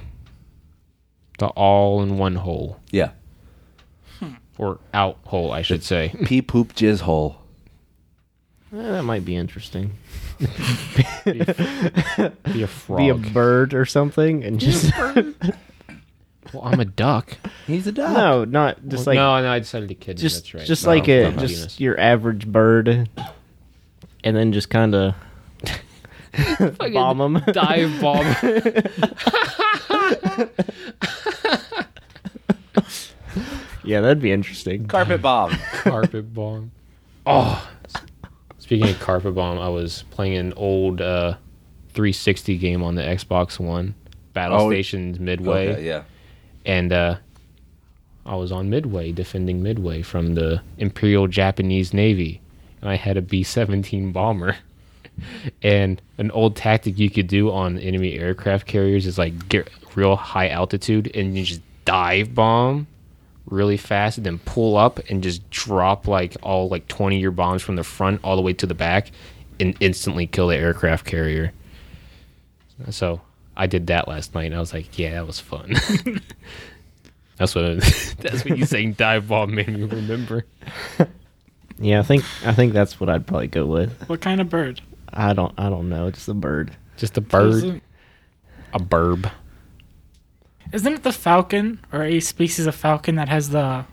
[SPEAKER 1] The all in one hole.
[SPEAKER 2] Yeah.
[SPEAKER 1] Or out hole, I should say.
[SPEAKER 2] Pee poop jizz hole.
[SPEAKER 3] Eh, that might be interesting.
[SPEAKER 1] Be a frog.
[SPEAKER 3] Be a bird or something, and just
[SPEAKER 1] well, I'm a duck.
[SPEAKER 2] He's a dog.
[SPEAKER 3] no, not just like
[SPEAKER 1] no, no, I decided to kid.
[SPEAKER 3] just
[SPEAKER 1] that's right.
[SPEAKER 3] just
[SPEAKER 1] No,
[SPEAKER 3] like
[SPEAKER 1] I'm
[SPEAKER 3] a
[SPEAKER 1] not
[SPEAKER 3] just
[SPEAKER 1] penis.
[SPEAKER 3] your average bird, and then just kind of bomb them.
[SPEAKER 1] dive bomb.
[SPEAKER 3] yeah, that'd be interesting.
[SPEAKER 2] Carpet bomb.
[SPEAKER 1] carpet bomb. Oh. Speaking of carpet bomb, I was playing an old uh, 360 game on the Xbox One, Battle
[SPEAKER 2] Oh,
[SPEAKER 1] Stations Midway,
[SPEAKER 2] Okay, yeah.
[SPEAKER 1] and uh, I was on Midway defending Midway from the Imperial Japanese Navy, and I had a B-17 bomber. And an old tactic you could do on enemy aircraft carriers is like get real high altitude and you just dive bomb really fast and then pull up and just drop like all like 20 of your bombs from the front all the way to the back and instantly kill the aircraft carrier. So I did that last night and I was like, yeah, that was fun. that's what that's what you saying dive bomb made me remember.
[SPEAKER 3] Yeah, I think I think that's what I'd probably go with.
[SPEAKER 4] What kind of bird?
[SPEAKER 3] I don't I don't know. Just a bird.
[SPEAKER 1] Just a bird,
[SPEAKER 4] Isn't-
[SPEAKER 1] a burb.
[SPEAKER 4] Isn't it the falcon or a species of falcon that has the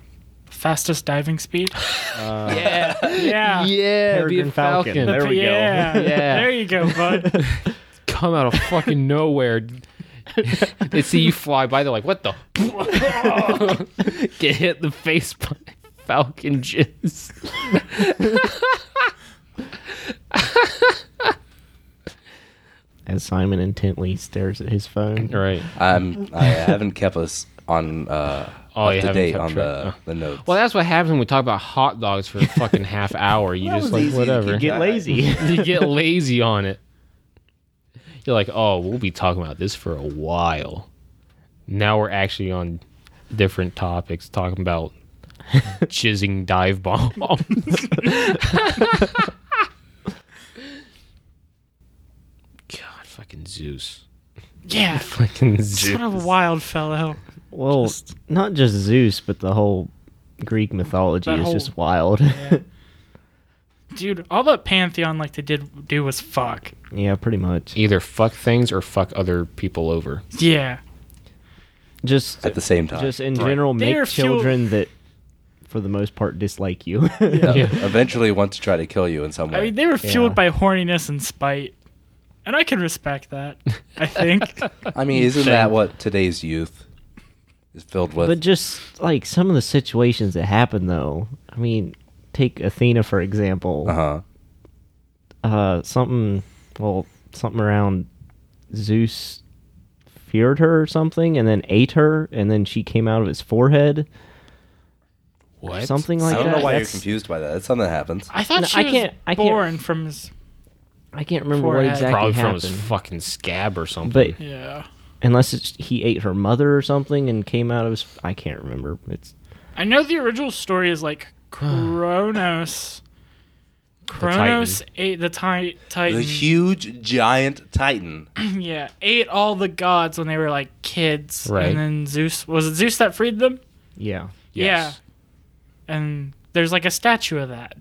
[SPEAKER 4] Fastest diving speed. yeah. Yeah.
[SPEAKER 1] Yeah, be a
[SPEAKER 3] Ah, Peregrine Falcon.
[SPEAKER 1] falcon.
[SPEAKER 3] There we go.
[SPEAKER 4] yeah.
[SPEAKER 1] Yeah.
[SPEAKER 4] There you go, bud.
[SPEAKER 1] Come out of fucking nowhere. they see you fly by. They're like, "What the?" Get hit in the face by falcon jizz.
[SPEAKER 3] As Simon intently stares at his phone.
[SPEAKER 1] Right.
[SPEAKER 2] I'm Um, I haven't kept us on uh
[SPEAKER 1] Oh,
[SPEAKER 2] up
[SPEAKER 1] you
[SPEAKER 2] to
[SPEAKER 1] haven't
[SPEAKER 2] date
[SPEAKER 1] kept
[SPEAKER 2] on
[SPEAKER 1] track.
[SPEAKER 2] the, the notes.
[SPEAKER 1] Well, that's what happens when we talk about hot dogs for a fucking half hour. You just
[SPEAKER 2] was
[SPEAKER 1] like
[SPEAKER 2] easy.
[SPEAKER 1] whatever.
[SPEAKER 3] You get lazy.
[SPEAKER 1] you get lazy on it. You're like, oh, we'll be talking about this for a while. Now we're actually on different topics, talking about jizzing dive bombs. God, fucking Zeus.
[SPEAKER 4] Yeah.
[SPEAKER 1] Fucking
[SPEAKER 4] What a
[SPEAKER 1] Zeus.
[SPEAKER 4] wild fellow.
[SPEAKER 3] well,
[SPEAKER 4] Just-
[SPEAKER 3] not just Zeus, but the whole Greek mythology
[SPEAKER 4] That
[SPEAKER 3] is
[SPEAKER 4] whole-
[SPEAKER 3] just wild.
[SPEAKER 4] Dude, all that Pantheon like they did do was fuck.
[SPEAKER 3] yeah, pretty much.
[SPEAKER 1] Either fuck things or fuck other people over.
[SPEAKER 4] Yeah.
[SPEAKER 3] Just
[SPEAKER 2] at the same time.
[SPEAKER 3] just in general, make
[SPEAKER 4] They're fuel-
[SPEAKER 3] children that, for the most part, dislike you.
[SPEAKER 2] Yeah.
[SPEAKER 1] Yeah.
[SPEAKER 2] Eventually want to try to kill you in some way.
[SPEAKER 4] I mean, they were fueled
[SPEAKER 3] Yeah.
[SPEAKER 4] by horniness and spite. And I can respect that, I think.
[SPEAKER 2] I mean, isn't that what today's youth is filled with?
[SPEAKER 3] but just like some of the situations that happen, though. I mean, take Athena for example.
[SPEAKER 2] uh huh.
[SPEAKER 3] uh something well something around Zeus feared her or something and then ate her and then she came out of his forehead
[SPEAKER 1] What?
[SPEAKER 3] something like
[SPEAKER 2] I don't
[SPEAKER 3] that
[SPEAKER 2] know why you're
[SPEAKER 3] That's-
[SPEAKER 2] confused by that. That's something that happens.
[SPEAKER 4] I thought
[SPEAKER 3] No,
[SPEAKER 4] she
[SPEAKER 3] I
[SPEAKER 4] was
[SPEAKER 3] can't- I can't-
[SPEAKER 4] born from his.
[SPEAKER 3] I can't remember
[SPEAKER 4] Forehead.
[SPEAKER 3] what exactly
[SPEAKER 1] Probably from
[SPEAKER 3] happened
[SPEAKER 1] his fucking scab or something.
[SPEAKER 3] but
[SPEAKER 4] Yeah.
[SPEAKER 3] unless it's, he ate her mother or something and came out of his I can't remember it's
[SPEAKER 4] I know the original story is like Kronos. Kronos ate the ti- Titan.
[SPEAKER 2] The huge giant titan.
[SPEAKER 4] yeah, ate all the gods when they were like kids.
[SPEAKER 1] Right.
[SPEAKER 4] And then Zeus was it Zeus that freed them?
[SPEAKER 3] yeah
[SPEAKER 1] Yes.
[SPEAKER 4] Yeah. And there's like a statue of that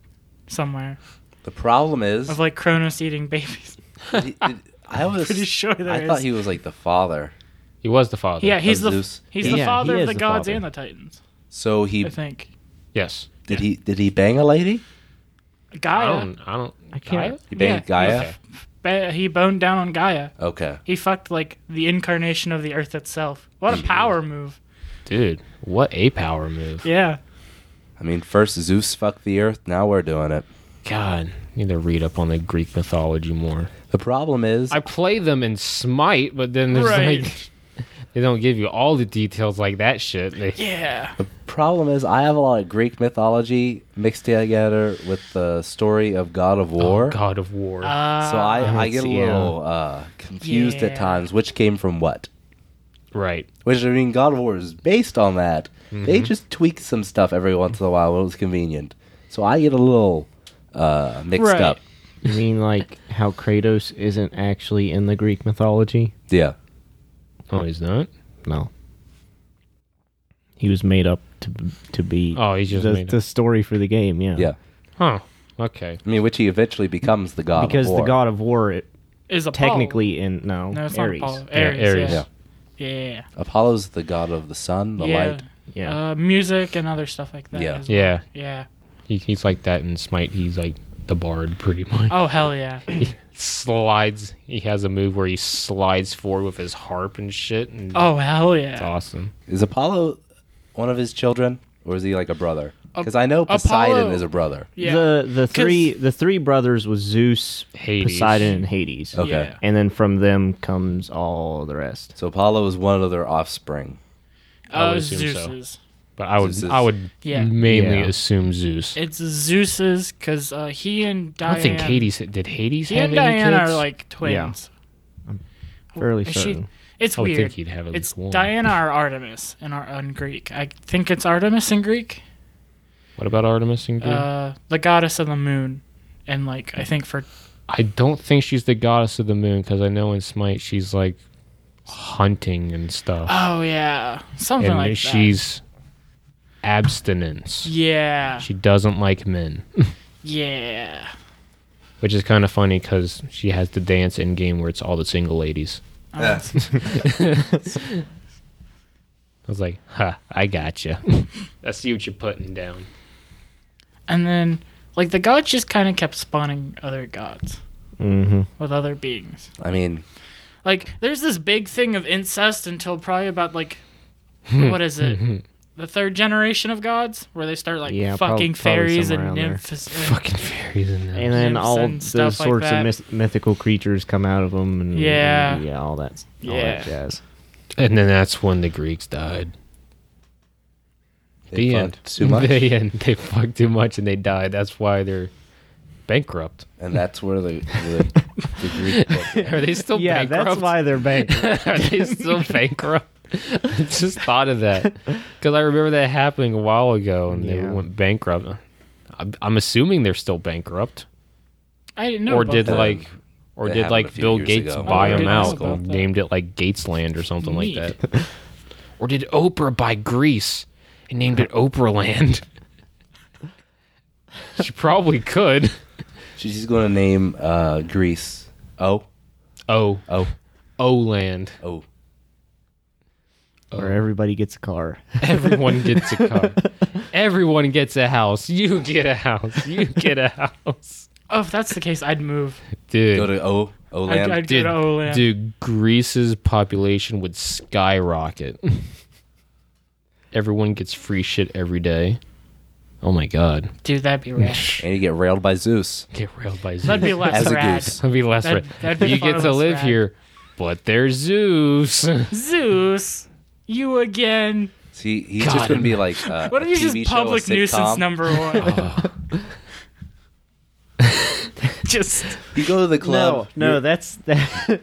[SPEAKER 4] somewhere
[SPEAKER 2] The problem is,
[SPEAKER 4] of like Kronos eating babies.
[SPEAKER 2] he- he- I was
[SPEAKER 4] Pretty sure there
[SPEAKER 2] I
[SPEAKER 4] is.
[SPEAKER 2] thought he was like the father.
[SPEAKER 1] He was the father.
[SPEAKER 4] yeah, he's
[SPEAKER 2] of
[SPEAKER 4] the
[SPEAKER 2] Zeus.
[SPEAKER 4] he's
[SPEAKER 3] Yeah,
[SPEAKER 4] the
[SPEAKER 3] he
[SPEAKER 4] father
[SPEAKER 3] is
[SPEAKER 4] of the,
[SPEAKER 3] the
[SPEAKER 4] gods
[SPEAKER 3] father.
[SPEAKER 4] and the titans.
[SPEAKER 2] So he
[SPEAKER 4] I think
[SPEAKER 1] Yes.
[SPEAKER 2] did he did he bang a lady?
[SPEAKER 1] I
[SPEAKER 4] Gaia.
[SPEAKER 1] don't. I don't.
[SPEAKER 3] I can't-
[SPEAKER 2] He banged
[SPEAKER 4] Yeah,
[SPEAKER 2] Gaia.
[SPEAKER 1] Okay.
[SPEAKER 4] Ba- he boned down on Gaia.
[SPEAKER 2] Okay.
[SPEAKER 4] He fucked like the incarnation of the earth itself. What a power move!
[SPEAKER 1] Dude, what a power move.
[SPEAKER 4] Yeah.
[SPEAKER 2] I mean, first Zeus fucked the earth. Now we're doing it.
[SPEAKER 1] God, need to read up on the Greek mythology more.
[SPEAKER 2] The problem is,
[SPEAKER 1] I play them in Smite, but then there's
[SPEAKER 4] Right.
[SPEAKER 1] like they don't give you all the details like that shit. They,
[SPEAKER 4] Yeah.
[SPEAKER 2] problem is, I have a lot of Greek mythology mixed together with the story of God of War.
[SPEAKER 1] Oh, God of War.
[SPEAKER 4] Uh,
[SPEAKER 2] So I, I get a
[SPEAKER 3] see, yeah.
[SPEAKER 2] little uh, confused
[SPEAKER 4] Yeah.
[SPEAKER 2] at times which came from what.
[SPEAKER 1] right.
[SPEAKER 2] Which, I mean, God of War is based on that. They just tweak some stuff every once in a while when it's convenient. So I get a little uh, mixed
[SPEAKER 4] Right.
[SPEAKER 2] up.
[SPEAKER 3] you mean like how Kratos isn't actually in the Greek mythology
[SPEAKER 2] Yeah.
[SPEAKER 1] Oh, he's not.
[SPEAKER 3] no he was made up to to be
[SPEAKER 1] Oh, he's just
[SPEAKER 3] the,
[SPEAKER 1] made
[SPEAKER 3] the story for the game yeah
[SPEAKER 2] Yeah.
[SPEAKER 1] Huh. Okay.
[SPEAKER 2] I mean, which he eventually becomes the God
[SPEAKER 3] because
[SPEAKER 2] of War.
[SPEAKER 3] the god of war it,
[SPEAKER 4] Is Apollo.
[SPEAKER 3] technically in no,
[SPEAKER 4] Oh. No, it's
[SPEAKER 3] Ares.
[SPEAKER 4] not Apollo.
[SPEAKER 1] Yeah,
[SPEAKER 4] Aries.
[SPEAKER 1] Ares.
[SPEAKER 4] Yeah. Yeah.
[SPEAKER 2] Apollo's the God of the sun, the
[SPEAKER 4] yeah.
[SPEAKER 2] light.
[SPEAKER 3] Yeah.
[SPEAKER 4] Uh, music and other stuff like that.
[SPEAKER 2] Yeah.
[SPEAKER 4] as well.
[SPEAKER 1] Yeah,
[SPEAKER 4] Yeah.
[SPEAKER 1] he, he's like that in Smite. He's like the bard, pretty much.
[SPEAKER 4] Oh hell yeah.
[SPEAKER 1] Slides. He has a move where he slides forward with his harp and shit. And
[SPEAKER 4] Oh hell
[SPEAKER 1] it's
[SPEAKER 4] yeah.
[SPEAKER 1] awesome.
[SPEAKER 2] Is Apollo one of his children, or is he like a brother? Because I know
[SPEAKER 4] Apollo-
[SPEAKER 2] Poseidon is a brother.
[SPEAKER 4] Yeah.
[SPEAKER 3] The the three the three brothers was Zeus,
[SPEAKER 1] Hades.
[SPEAKER 3] Poseidon, and Hades.
[SPEAKER 2] Okay.
[SPEAKER 4] Yeah.
[SPEAKER 3] And then from them comes all the rest.
[SPEAKER 2] So Apollo is one of their offspring.
[SPEAKER 1] I
[SPEAKER 4] Uh,
[SPEAKER 1] would assume so.
[SPEAKER 4] Zeus's.
[SPEAKER 1] But I would,
[SPEAKER 2] Zeus is-
[SPEAKER 1] I would
[SPEAKER 4] Yeah.
[SPEAKER 1] mainly
[SPEAKER 3] Yeah.
[SPEAKER 1] assume Zeus.
[SPEAKER 4] It's Zeus's because uh, he and
[SPEAKER 1] I
[SPEAKER 4] Diane.
[SPEAKER 1] don't think Hades did. Hades
[SPEAKER 4] He
[SPEAKER 1] have
[SPEAKER 4] and
[SPEAKER 1] any
[SPEAKER 4] Diane
[SPEAKER 1] kids?
[SPEAKER 4] are like twins.
[SPEAKER 3] Fairly
[SPEAKER 4] Is
[SPEAKER 3] certain.
[SPEAKER 4] she? It's
[SPEAKER 1] I would
[SPEAKER 4] weird.
[SPEAKER 1] think he'd have at
[SPEAKER 4] it's
[SPEAKER 1] least one.
[SPEAKER 4] Diana or Artemis in, our, in Greek. I think it's Artemis in Greek.
[SPEAKER 1] What about Artemis and Greek?
[SPEAKER 4] Uh, the goddess of the moon, and like I think for
[SPEAKER 1] I don't think she's the goddess of the moon because I know in Smite she's like hunting and stuff,
[SPEAKER 4] oh yeah something
[SPEAKER 1] and
[SPEAKER 4] like that.
[SPEAKER 1] she's abstinence.
[SPEAKER 4] yeah
[SPEAKER 1] She doesn't like men,
[SPEAKER 4] yeah.
[SPEAKER 1] which is kind of funny because she has the dance in game where it's all the single ladies.
[SPEAKER 4] Oh, that's-
[SPEAKER 1] I was like, huh, I gotcha. I see what you're putting down.
[SPEAKER 4] And then, like, the gods just kind of kept spawning other gods
[SPEAKER 3] Mm-hmm.
[SPEAKER 4] with other beings.
[SPEAKER 2] I mean,
[SPEAKER 4] Like, there's this big thing of incest until probably about, like, what is it? The third generation of gods, where they start, like,
[SPEAKER 3] Yeah, prob-
[SPEAKER 4] fucking
[SPEAKER 3] probably
[SPEAKER 4] fairies
[SPEAKER 3] somewhere around
[SPEAKER 4] and
[SPEAKER 3] there.
[SPEAKER 4] nymphs.
[SPEAKER 1] Fucking fairies in there.
[SPEAKER 3] And then
[SPEAKER 4] Nymphs
[SPEAKER 3] all
[SPEAKER 4] and
[SPEAKER 3] those
[SPEAKER 4] stuff like
[SPEAKER 3] sorts
[SPEAKER 4] that.
[SPEAKER 3] of myth- mythical creatures come out of them, and
[SPEAKER 4] Yeah.
[SPEAKER 3] yeah, all that, all
[SPEAKER 4] Yeah.
[SPEAKER 3] that jazz.
[SPEAKER 1] And then that's when the Greeks died.
[SPEAKER 2] they
[SPEAKER 1] the
[SPEAKER 2] fucked
[SPEAKER 1] end.
[SPEAKER 2] too much,
[SPEAKER 1] The end. They fucked too much and they died. That's why they're bankrupt.
[SPEAKER 2] and that's where the, the, the Greek book-
[SPEAKER 1] Are they still
[SPEAKER 3] yeah,
[SPEAKER 1] bankrupt?
[SPEAKER 3] that's why they're bankrupt.
[SPEAKER 1] Are they still bankrupt? I just thought of that because I remember that happening a while ago and they
[SPEAKER 3] Yeah.
[SPEAKER 1] went bankrupt. I'm, I'm assuming they're still bankrupt,
[SPEAKER 4] I didn't know.
[SPEAKER 1] or
[SPEAKER 4] about
[SPEAKER 1] did
[SPEAKER 4] that.
[SPEAKER 1] like, or
[SPEAKER 2] That
[SPEAKER 1] did
[SPEAKER 2] happened a
[SPEAKER 1] like
[SPEAKER 2] few
[SPEAKER 1] Bill
[SPEAKER 2] years
[SPEAKER 1] Gates
[SPEAKER 2] ago.
[SPEAKER 1] buy
[SPEAKER 4] Oh, I
[SPEAKER 1] them
[SPEAKER 4] didn't know
[SPEAKER 1] out
[SPEAKER 4] about
[SPEAKER 1] and
[SPEAKER 4] that.
[SPEAKER 1] named it like Gatesland or something like
[SPEAKER 4] Neat.
[SPEAKER 1] that, or did Oprah buy Greece and named it Oprahland? she probably could.
[SPEAKER 2] She's going to name uh, Greece. Oh,
[SPEAKER 1] Oh,
[SPEAKER 2] oh,
[SPEAKER 1] O land.
[SPEAKER 2] oh.
[SPEAKER 3] Where everybody gets a car.
[SPEAKER 1] Everyone gets a car. Everyone gets a house. You get a house. You get a house.
[SPEAKER 4] Oh, if that's the case, I'd move.
[SPEAKER 1] Dude.
[SPEAKER 2] Go to O, O
[SPEAKER 4] I'd,
[SPEAKER 2] land.
[SPEAKER 4] I'd go
[SPEAKER 1] Dude,
[SPEAKER 4] to Oland.
[SPEAKER 1] dude, Greece's population would skyrocket. Everyone gets free shit every day. Oh my god.
[SPEAKER 4] Dude, that'd be rad.
[SPEAKER 2] and you get railed by Zeus.
[SPEAKER 1] Get railed by Zeus.
[SPEAKER 4] that'd be less
[SPEAKER 2] As a
[SPEAKER 4] rad.
[SPEAKER 2] goose.
[SPEAKER 1] That'd be less
[SPEAKER 4] that'd-
[SPEAKER 1] ra-
[SPEAKER 4] that'd be
[SPEAKER 1] You
[SPEAKER 4] far
[SPEAKER 1] get to
[SPEAKER 4] less
[SPEAKER 1] live
[SPEAKER 4] rad.
[SPEAKER 1] here, but there's Zeus.
[SPEAKER 4] Zeus, you again.
[SPEAKER 2] See, he's
[SPEAKER 1] God,
[SPEAKER 2] just going
[SPEAKER 1] I'm-
[SPEAKER 2] to be like uh,
[SPEAKER 4] What
[SPEAKER 2] a
[SPEAKER 4] if he's
[SPEAKER 2] TV
[SPEAKER 4] just
[SPEAKER 2] show, a
[SPEAKER 4] public nuisance
[SPEAKER 2] sitcom. Oh.
[SPEAKER 4] number one? just
[SPEAKER 2] You go to the
[SPEAKER 3] No,
[SPEAKER 2] club.
[SPEAKER 3] no, that's that.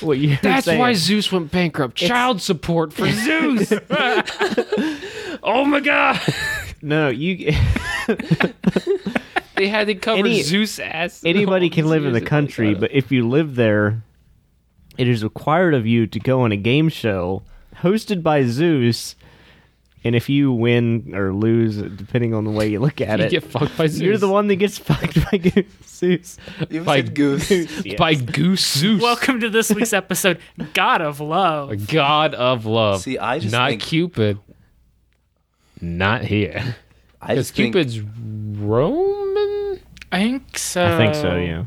[SPEAKER 3] what you?
[SPEAKER 1] That's
[SPEAKER 3] saying.
[SPEAKER 1] why Zeus went bankrupt. Child support for Zeus. oh my god.
[SPEAKER 3] No, you.
[SPEAKER 1] They had to cover
[SPEAKER 3] Any-
[SPEAKER 1] Zeus ass.
[SPEAKER 3] Anybody can live in the
[SPEAKER 1] Zeus-
[SPEAKER 3] country, but if you live there, it is required of you to go on a game show hosted by Zeus. And if you win or lose, depending on the way you look at
[SPEAKER 1] you
[SPEAKER 3] it,
[SPEAKER 1] get fucked by Zeus.
[SPEAKER 3] you're the one that gets fucked by Zeus.
[SPEAKER 2] You
[SPEAKER 1] By-
[SPEAKER 2] said goose.
[SPEAKER 1] by Goose Zeus.
[SPEAKER 4] welcome to this week's episode, God of
[SPEAKER 1] A
[SPEAKER 4] Love.
[SPEAKER 1] god of love.
[SPEAKER 2] See, I just
[SPEAKER 1] not
[SPEAKER 2] think-
[SPEAKER 1] Cupid. Not here.
[SPEAKER 2] I
[SPEAKER 1] Because
[SPEAKER 2] just think
[SPEAKER 1] Cupid's Roman.
[SPEAKER 4] I think so.
[SPEAKER 3] I think so. Yeah.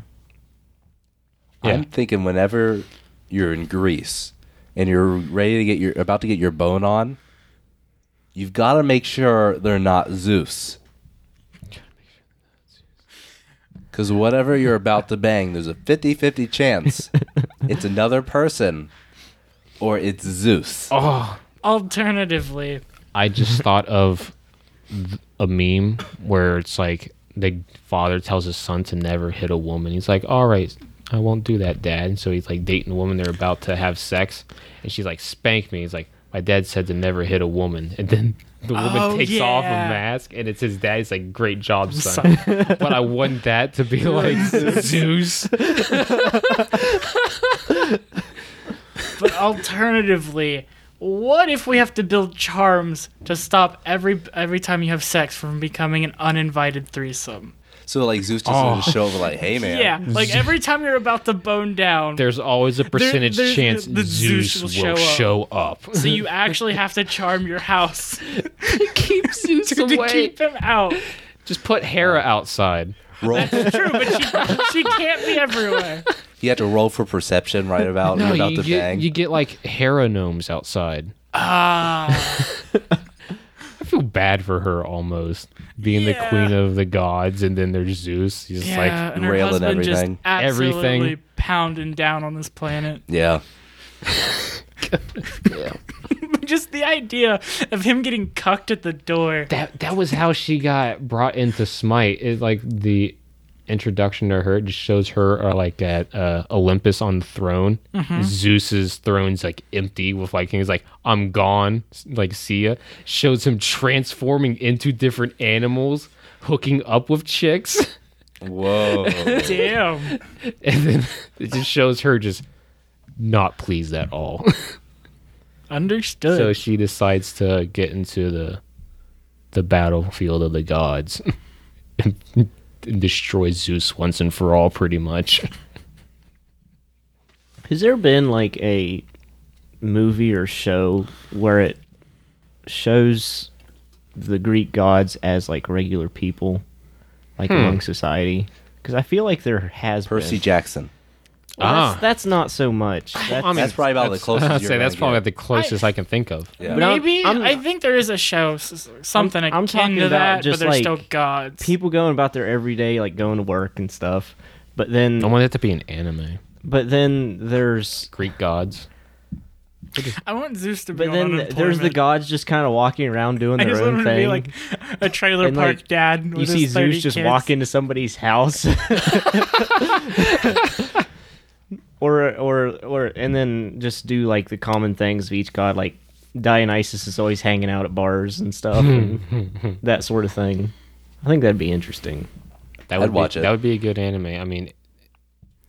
[SPEAKER 2] I'm
[SPEAKER 1] Yeah.
[SPEAKER 2] thinking whenever you're in Greece and you're ready to get your about to get your bone on, you've got to make sure they're not Zeus. Because whatever you're about to bang, there's a 50 50 chance it's another person or it's Zeus.
[SPEAKER 1] Oh,
[SPEAKER 4] Alternatively,
[SPEAKER 1] I just thought of th- a meme where it's like the father tells his son to never hit a woman. He's like, "All right, I won't do that, dad." And so he's like dating a woman. They're about to have sex, and she's like, "Spank me." He's like, "My dad said to never hit a woman," and then. The woman
[SPEAKER 4] Oh,
[SPEAKER 1] takes off a
[SPEAKER 4] yeah.
[SPEAKER 1] mask, and it's his dad. He's like, "Great job, son."
[SPEAKER 4] son.
[SPEAKER 1] but I want that to be like Zeus.
[SPEAKER 4] but alternatively, what if we have to build charms to stop every every time you have sex from becoming an uninvited threesome?
[SPEAKER 2] So, like, Zeus just
[SPEAKER 1] Oh.
[SPEAKER 2] doesn't show up like, hey, man.
[SPEAKER 4] Yeah, like every time you're about to bone down,
[SPEAKER 1] There's always a percentage
[SPEAKER 4] there's-
[SPEAKER 1] chance
[SPEAKER 4] the
[SPEAKER 1] Zeus,
[SPEAKER 4] Zeus
[SPEAKER 1] will
[SPEAKER 4] will
[SPEAKER 1] show,
[SPEAKER 4] show
[SPEAKER 1] up.
[SPEAKER 4] so you actually have to charm your house
[SPEAKER 1] keep Zeus
[SPEAKER 4] to keep him out.
[SPEAKER 1] Just put Hera outside.
[SPEAKER 2] Roll,
[SPEAKER 4] True, but she, she can't be everywhere.
[SPEAKER 2] you have to roll for perception right about,
[SPEAKER 1] No,
[SPEAKER 2] you're about
[SPEAKER 1] you
[SPEAKER 2] to
[SPEAKER 1] get,
[SPEAKER 2] bang.
[SPEAKER 1] you get like Hera gnomes outside.
[SPEAKER 4] Ah,
[SPEAKER 1] I feel bad for her almost being the
[SPEAKER 4] Yeah.
[SPEAKER 1] queen of the gods, and then there's Zeus. He's just
[SPEAKER 4] yeah,
[SPEAKER 1] like,
[SPEAKER 4] and her
[SPEAKER 2] railing
[SPEAKER 4] husband
[SPEAKER 2] everything.
[SPEAKER 4] just absolutely
[SPEAKER 1] Everything.
[SPEAKER 4] pounding down on this planet.
[SPEAKER 2] yeah.
[SPEAKER 4] just the idea of him getting cucked at the door.
[SPEAKER 1] that that was how she got brought into Smite. It like the introduction to her just shows her uh, like at uh, Olympus on the throne.
[SPEAKER 4] Mm-hmm.
[SPEAKER 1] Zeus's throne's like empty with like he's like I'm gone, s- like see ya. Shows him transforming into different animals, hooking up with chicks,
[SPEAKER 2] Whoa.
[SPEAKER 4] Damn.
[SPEAKER 1] and then it just shows her just not pleased at all.
[SPEAKER 4] Understood.
[SPEAKER 1] so she decides to get into the the battlefield of the gods and destroy Zeus once and for all pretty much.
[SPEAKER 3] Has there been like a movie or show where it shows the Greek gods as like regular people, like
[SPEAKER 4] Hmm.
[SPEAKER 3] among society. Because I feel like there has
[SPEAKER 2] Percy
[SPEAKER 3] been.
[SPEAKER 2] Jackson.
[SPEAKER 3] Well, that's,
[SPEAKER 1] Ah.
[SPEAKER 3] that's not so much. That's,
[SPEAKER 1] I mean,
[SPEAKER 2] That's probably about the closest
[SPEAKER 1] I'd
[SPEAKER 2] you're
[SPEAKER 1] say that's
[SPEAKER 2] gonna
[SPEAKER 1] probably
[SPEAKER 2] get.
[SPEAKER 1] about the closest I, can think of.
[SPEAKER 2] Yeah.
[SPEAKER 3] But I'm-
[SPEAKER 4] Maybe
[SPEAKER 3] I'm-
[SPEAKER 4] i think there is a show, s- s- something
[SPEAKER 3] I'm- I'm
[SPEAKER 4] akin
[SPEAKER 3] talking
[SPEAKER 4] to
[SPEAKER 3] about
[SPEAKER 4] that,
[SPEAKER 3] just,
[SPEAKER 4] but they're
[SPEAKER 3] like,
[SPEAKER 4] still gods.
[SPEAKER 3] people going about their everyday, like going to work and stuff. But then,
[SPEAKER 1] I want it to be an anime.
[SPEAKER 3] but then there's,
[SPEAKER 1] Greek gods.
[SPEAKER 4] I want Zeus to be
[SPEAKER 3] but
[SPEAKER 4] on
[SPEAKER 3] then
[SPEAKER 4] unemployment.
[SPEAKER 3] there's the gods just kind of walking around doing
[SPEAKER 4] I
[SPEAKER 3] their
[SPEAKER 4] just want
[SPEAKER 3] own
[SPEAKER 4] him to be
[SPEAKER 3] thing.
[SPEAKER 4] like a trailer
[SPEAKER 3] And,
[SPEAKER 4] park
[SPEAKER 3] like,
[SPEAKER 4] dad.
[SPEAKER 3] you
[SPEAKER 4] With
[SPEAKER 3] see
[SPEAKER 4] his 30
[SPEAKER 3] Zeus just
[SPEAKER 4] kids.
[SPEAKER 3] walk into somebody's house. or or or and then just do like the common things of each god like Dionysus is always hanging out at bars and stuff and that sort of thing. I think that'd be interesting.
[SPEAKER 1] That would
[SPEAKER 2] I'd watch
[SPEAKER 1] be,
[SPEAKER 2] it.
[SPEAKER 1] That would be a good anime. I mean,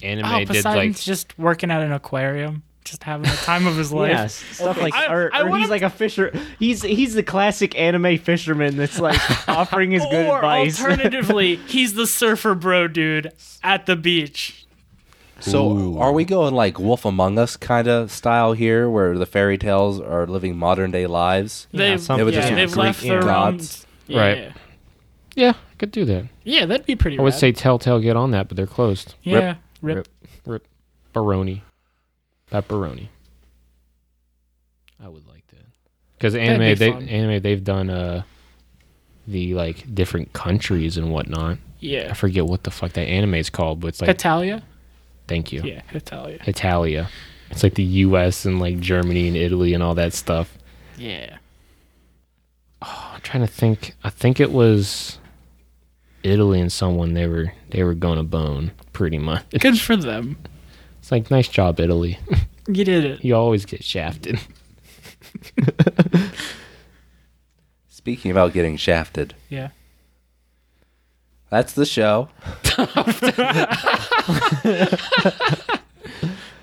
[SPEAKER 1] anime
[SPEAKER 4] Oh,
[SPEAKER 1] did
[SPEAKER 4] Poseidon's
[SPEAKER 1] like
[SPEAKER 4] just working at an aquarium, just having the time of his life.
[SPEAKER 3] Yeah, s- stuff like
[SPEAKER 4] I-
[SPEAKER 3] or,
[SPEAKER 4] I
[SPEAKER 3] or
[SPEAKER 4] wanna-
[SPEAKER 3] he's like a fisher. He's he's the classic anime fisherman that's like offering his good
[SPEAKER 4] or
[SPEAKER 3] advice.
[SPEAKER 4] alternatively, he's the surfer bro dude at the beach.
[SPEAKER 2] So are we going like Wolf Among Us kind of style here, where the fairy tales are living modern day lives?
[SPEAKER 3] Yeah,
[SPEAKER 4] They've,
[SPEAKER 3] something
[SPEAKER 4] yeah,
[SPEAKER 2] It would just be
[SPEAKER 4] they've
[SPEAKER 2] Greek
[SPEAKER 4] left their
[SPEAKER 2] gods.
[SPEAKER 4] own. Yeah.
[SPEAKER 1] Right. yeah, I could do that.
[SPEAKER 4] Yeah, that'd be pretty
[SPEAKER 1] I would
[SPEAKER 4] rad.
[SPEAKER 1] say Telltale get on that, but they're closed.
[SPEAKER 4] yeah.
[SPEAKER 1] Rip,
[SPEAKER 4] rip.
[SPEAKER 1] rip. rip, Baroni, pepperoni. I would like that because
[SPEAKER 4] be
[SPEAKER 1] anime they
[SPEAKER 4] fun.
[SPEAKER 1] anime they've done uh the like different countries and whatnot. I
[SPEAKER 4] Yeah.
[SPEAKER 1] forget what the fuck that anime is called, but it's like
[SPEAKER 4] Italia?
[SPEAKER 1] thank you,
[SPEAKER 4] Yeah, Italia.
[SPEAKER 1] Italia. It's like the U.S. and like Germany and Italy and all that stuff.
[SPEAKER 4] Yeah.
[SPEAKER 1] I'm trying to think. I think it was Italy and someone they were they were gonna bone pretty much.
[SPEAKER 4] Good for them.
[SPEAKER 1] It's like nice job, Italy.
[SPEAKER 4] You did it.
[SPEAKER 1] You always get shafted.
[SPEAKER 2] Speaking about getting shafted,
[SPEAKER 4] Yeah.
[SPEAKER 2] that's the show.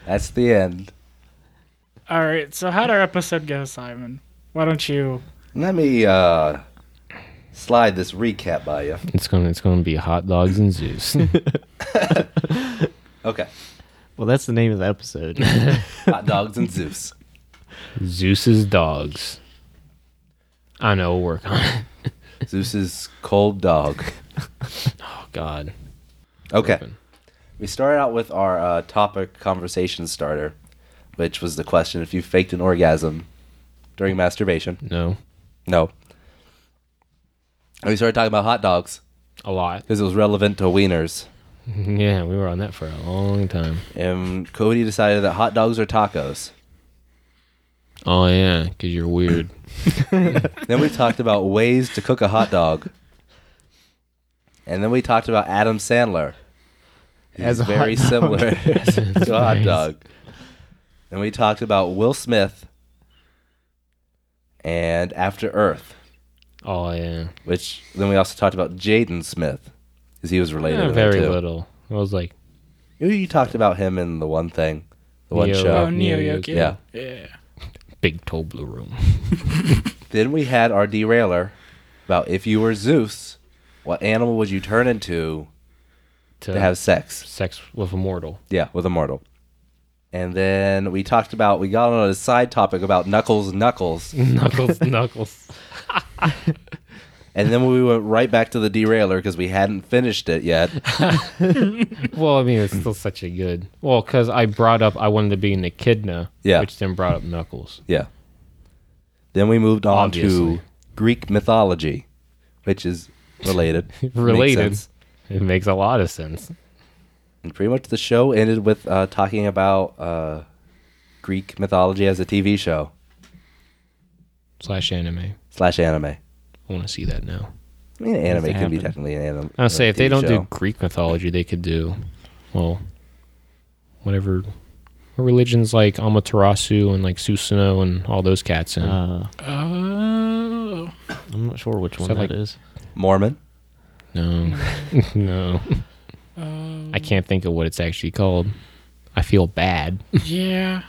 [SPEAKER 2] that's the end.
[SPEAKER 4] All right. So how'd our episode go, Simon? Why don't you?
[SPEAKER 2] Let me uh, slide this recap by you.
[SPEAKER 1] It's gonna it's gonna be hot dogs and Zeus.
[SPEAKER 2] Okay,
[SPEAKER 3] well, that's the name of the episode.
[SPEAKER 2] hot dogs and Zeus.
[SPEAKER 1] Zeus's dogs. I know. We'll work on it.
[SPEAKER 2] Zeus's cold dog.
[SPEAKER 1] Oh God.
[SPEAKER 2] Okay.
[SPEAKER 1] Open.
[SPEAKER 2] We started out with our uh, topic conversation starter, which was the question if you faked an orgasm during masturbation.
[SPEAKER 1] No.
[SPEAKER 2] No. And we started talking about hot dogs
[SPEAKER 1] A lot.
[SPEAKER 2] because it was relevant to wieners.
[SPEAKER 1] Yeah, we were on that for a long time.
[SPEAKER 2] And Cody decided that hot dogs are tacos.
[SPEAKER 1] Oh yeah, because you're weird.
[SPEAKER 2] then we talked about ways to cook a hot dog. And then we talked about Adam Sandler. He's
[SPEAKER 3] As a hot
[SPEAKER 2] very
[SPEAKER 3] dog.
[SPEAKER 2] similar to a hot
[SPEAKER 1] Nice.
[SPEAKER 2] dog. Then we talked about Will Smith and After Earth,
[SPEAKER 1] Oh yeah.
[SPEAKER 2] which then we also talked about Jaden Smith because he was related.
[SPEAKER 1] Yeah,
[SPEAKER 2] to
[SPEAKER 1] very
[SPEAKER 2] that too.
[SPEAKER 1] little. I was like,
[SPEAKER 2] You- You talked about him in the one thing, the one
[SPEAKER 1] Yo.
[SPEAKER 4] Oh,
[SPEAKER 2] show.
[SPEAKER 4] Neo
[SPEAKER 1] Neo
[SPEAKER 4] Yoki.
[SPEAKER 2] Yeah.
[SPEAKER 4] Yeah.
[SPEAKER 1] big Toblerone.
[SPEAKER 2] Then we had our derailer about if you were Zeus, what animal would you turn into to
[SPEAKER 1] To
[SPEAKER 2] have sex?
[SPEAKER 1] sex with a mortal.
[SPEAKER 2] Yeah, with a mortal. And then we talked about we got on a side topic about Knuckles Knuckles.
[SPEAKER 1] Knuckles, knuckles.
[SPEAKER 2] and then we went right back to the derailer because we hadn't finished it yet.
[SPEAKER 1] Well, I mean, it's still such a good. Well, because I brought up I wanted to be an echidna,
[SPEAKER 2] Yeah.
[SPEAKER 1] which then brought up knuckles.
[SPEAKER 2] Yeah. Then we moved on
[SPEAKER 1] Obviously.
[SPEAKER 2] to Greek mythology, which is related. Makes
[SPEAKER 1] Related.
[SPEAKER 2] sense.
[SPEAKER 1] It makes a lot of sense.
[SPEAKER 2] And pretty much the show ended with uh, talking about uh, Greek mythology as a TV show
[SPEAKER 1] Slash anime. I
[SPEAKER 2] slash anime.
[SPEAKER 1] want to see that now.
[SPEAKER 2] I mean, anime
[SPEAKER 3] that
[SPEAKER 2] can be
[SPEAKER 3] happen?
[SPEAKER 2] technically an anime.
[SPEAKER 1] I would say if they
[SPEAKER 2] TV
[SPEAKER 1] don't
[SPEAKER 2] show.
[SPEAKER 1] do Greek mythology, they could do, well, whatever religions like Amaterasu and like Susanoo and all those cats. And
[SPEAKER 3] Uh,
[SPEAKER 4] Oh.
[SPEAKER 3] I'm not sure which one
[SPEAKER 1] that
[SPEAKER 3] that is.
[SPEAKER 1] like-
[SPEAKER 2] Mormon.
[SPEAKER 1] no, no,
[SPEAKER 4] Oh.
[SPEAKER 1] I can't think of what it's actually called. I feel bad.
[SPEAKER 4] Yeah.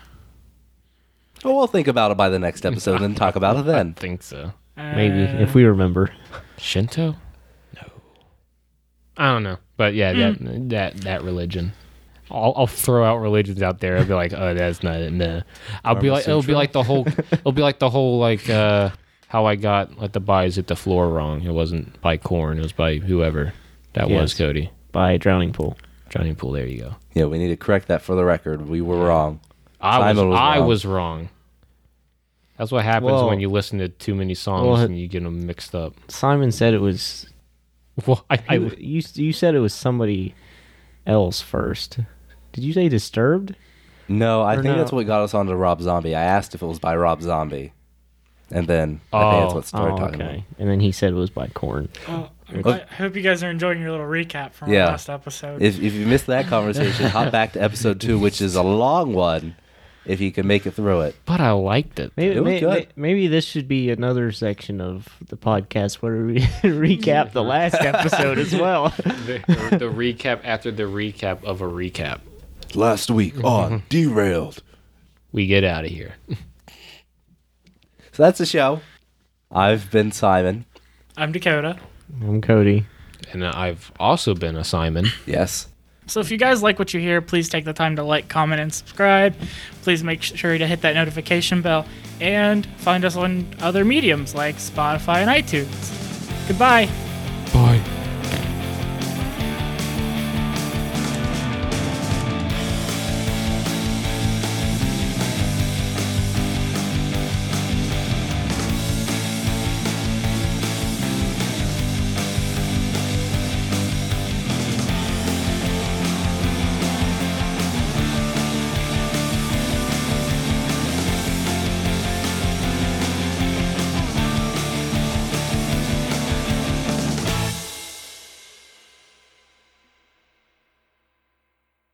[SPEAKER 2] Well, we'll think about it by the next episode and talk about it
[SPEAKER 1] I
[SPEAKER 2] then.
[SPEAKER 1] think so.
[SPEAKER 3] Maybe
[SPEAKER 4] Uh,
[SPEAKER 3] if we remember.
[SPEAKER 1] Shinto? No. I don't know, but yeah, that that that religion. I'll, I'll throw out religions out there. I'll be like, oh, that's not it. Nah. I'll be
[SPEAKER 2] Karma
[SPEAKER 1] like, it'll be
[SPEAKER 2] Sutra.
[SPEAKER 1] like the whole, it'll be like the whole like uh, how I got let the buys hit the floor wrong. It wasn't by corn. It was by whoever that was.
[SPEAKER 3] Yes.
[SPEAKER 1] Cody
[SPEAKER 3] by Drowning Pool.
[SPEAKER 1] Johnny Pool. There you go.
[SPEAKER 2] Yeah, we need to correct that for the record. We were wrong.
[SPEAKER 1] I was,
[SPEAKER 2] Simon was
[SPEAKER 1] I
[SPEAKER 2] wrong.
[SPEAKER 1] was wrong. That's what happens
[SPEAKER 3] Well-
[SPEAKER 1] when you listen to too many songs
[SPEAKER 3] Well,
[SPEAKER 1] and you get them mixed up.
[SPEAKER 3] Simon said it was
[SPEAKER 1] Well, I, I,
[SPEAKER 3] you, you. You said it was somebody else first. Did you say Disturbed?
[SPEAKER 2] No, I
[SPEAKER 3] Or
[SPEAKER 2] think that's
[SPEAKER 3] no.
[SPEAKER 2] what got us onto Rob Zombie. I asked if it was by Rob Zombie, and then I think that's
[SPEAKER 1] Oh.
[SPEAKER 2] what started
[SPEAKER 3] oh,
[SPEAKER 2] talking
[SPEAKER 3] okay. And then he said it was by Corn.
[SPEAKER 4] Oh, I'm glad- I hope you guys are enjoying your little recap from
[SPEAKER 2] Yeah.
[SPEAKER 4] our last episode.
[SPEAKER 2] about. If, if you missed that conversation, hop back to episode two, which is a long one, if you can make it through it.
[SPEAKER 1] but I liked it.
[SPEAKER 3] Maybe,
[SPEAKER 2] It was
[SPEAKER 3] may-
[SPEAKER 2] good.
[SPEAKER 3] may- maybe this should be another section of the podcast where we recap the last episode as well.
[SPEAKER 1] the, the recap after the recap of a recap.
[SPEAKER 2] Last week on
[SPEAKER 3] Mm-hmm.
[SPEAKER 2] Derailed.
[SPEAKER 1] We get out of here.
[SPEAKER 2] So that's the show. I've been Simon.
[SPEAKER 4] I'm Dakota.
[SPEAKER 3] I'm Cody.
[SPEAKER 1] And I've also been a Simon.
[SPEAKER 2] Yes.
[SPEAKER 4] So if you guys like what you hear, please take the time to like, comment, and subscribe. Please make sure to hit that notification bell and find us on other mediums like Spotify and iTunes. Goodbye.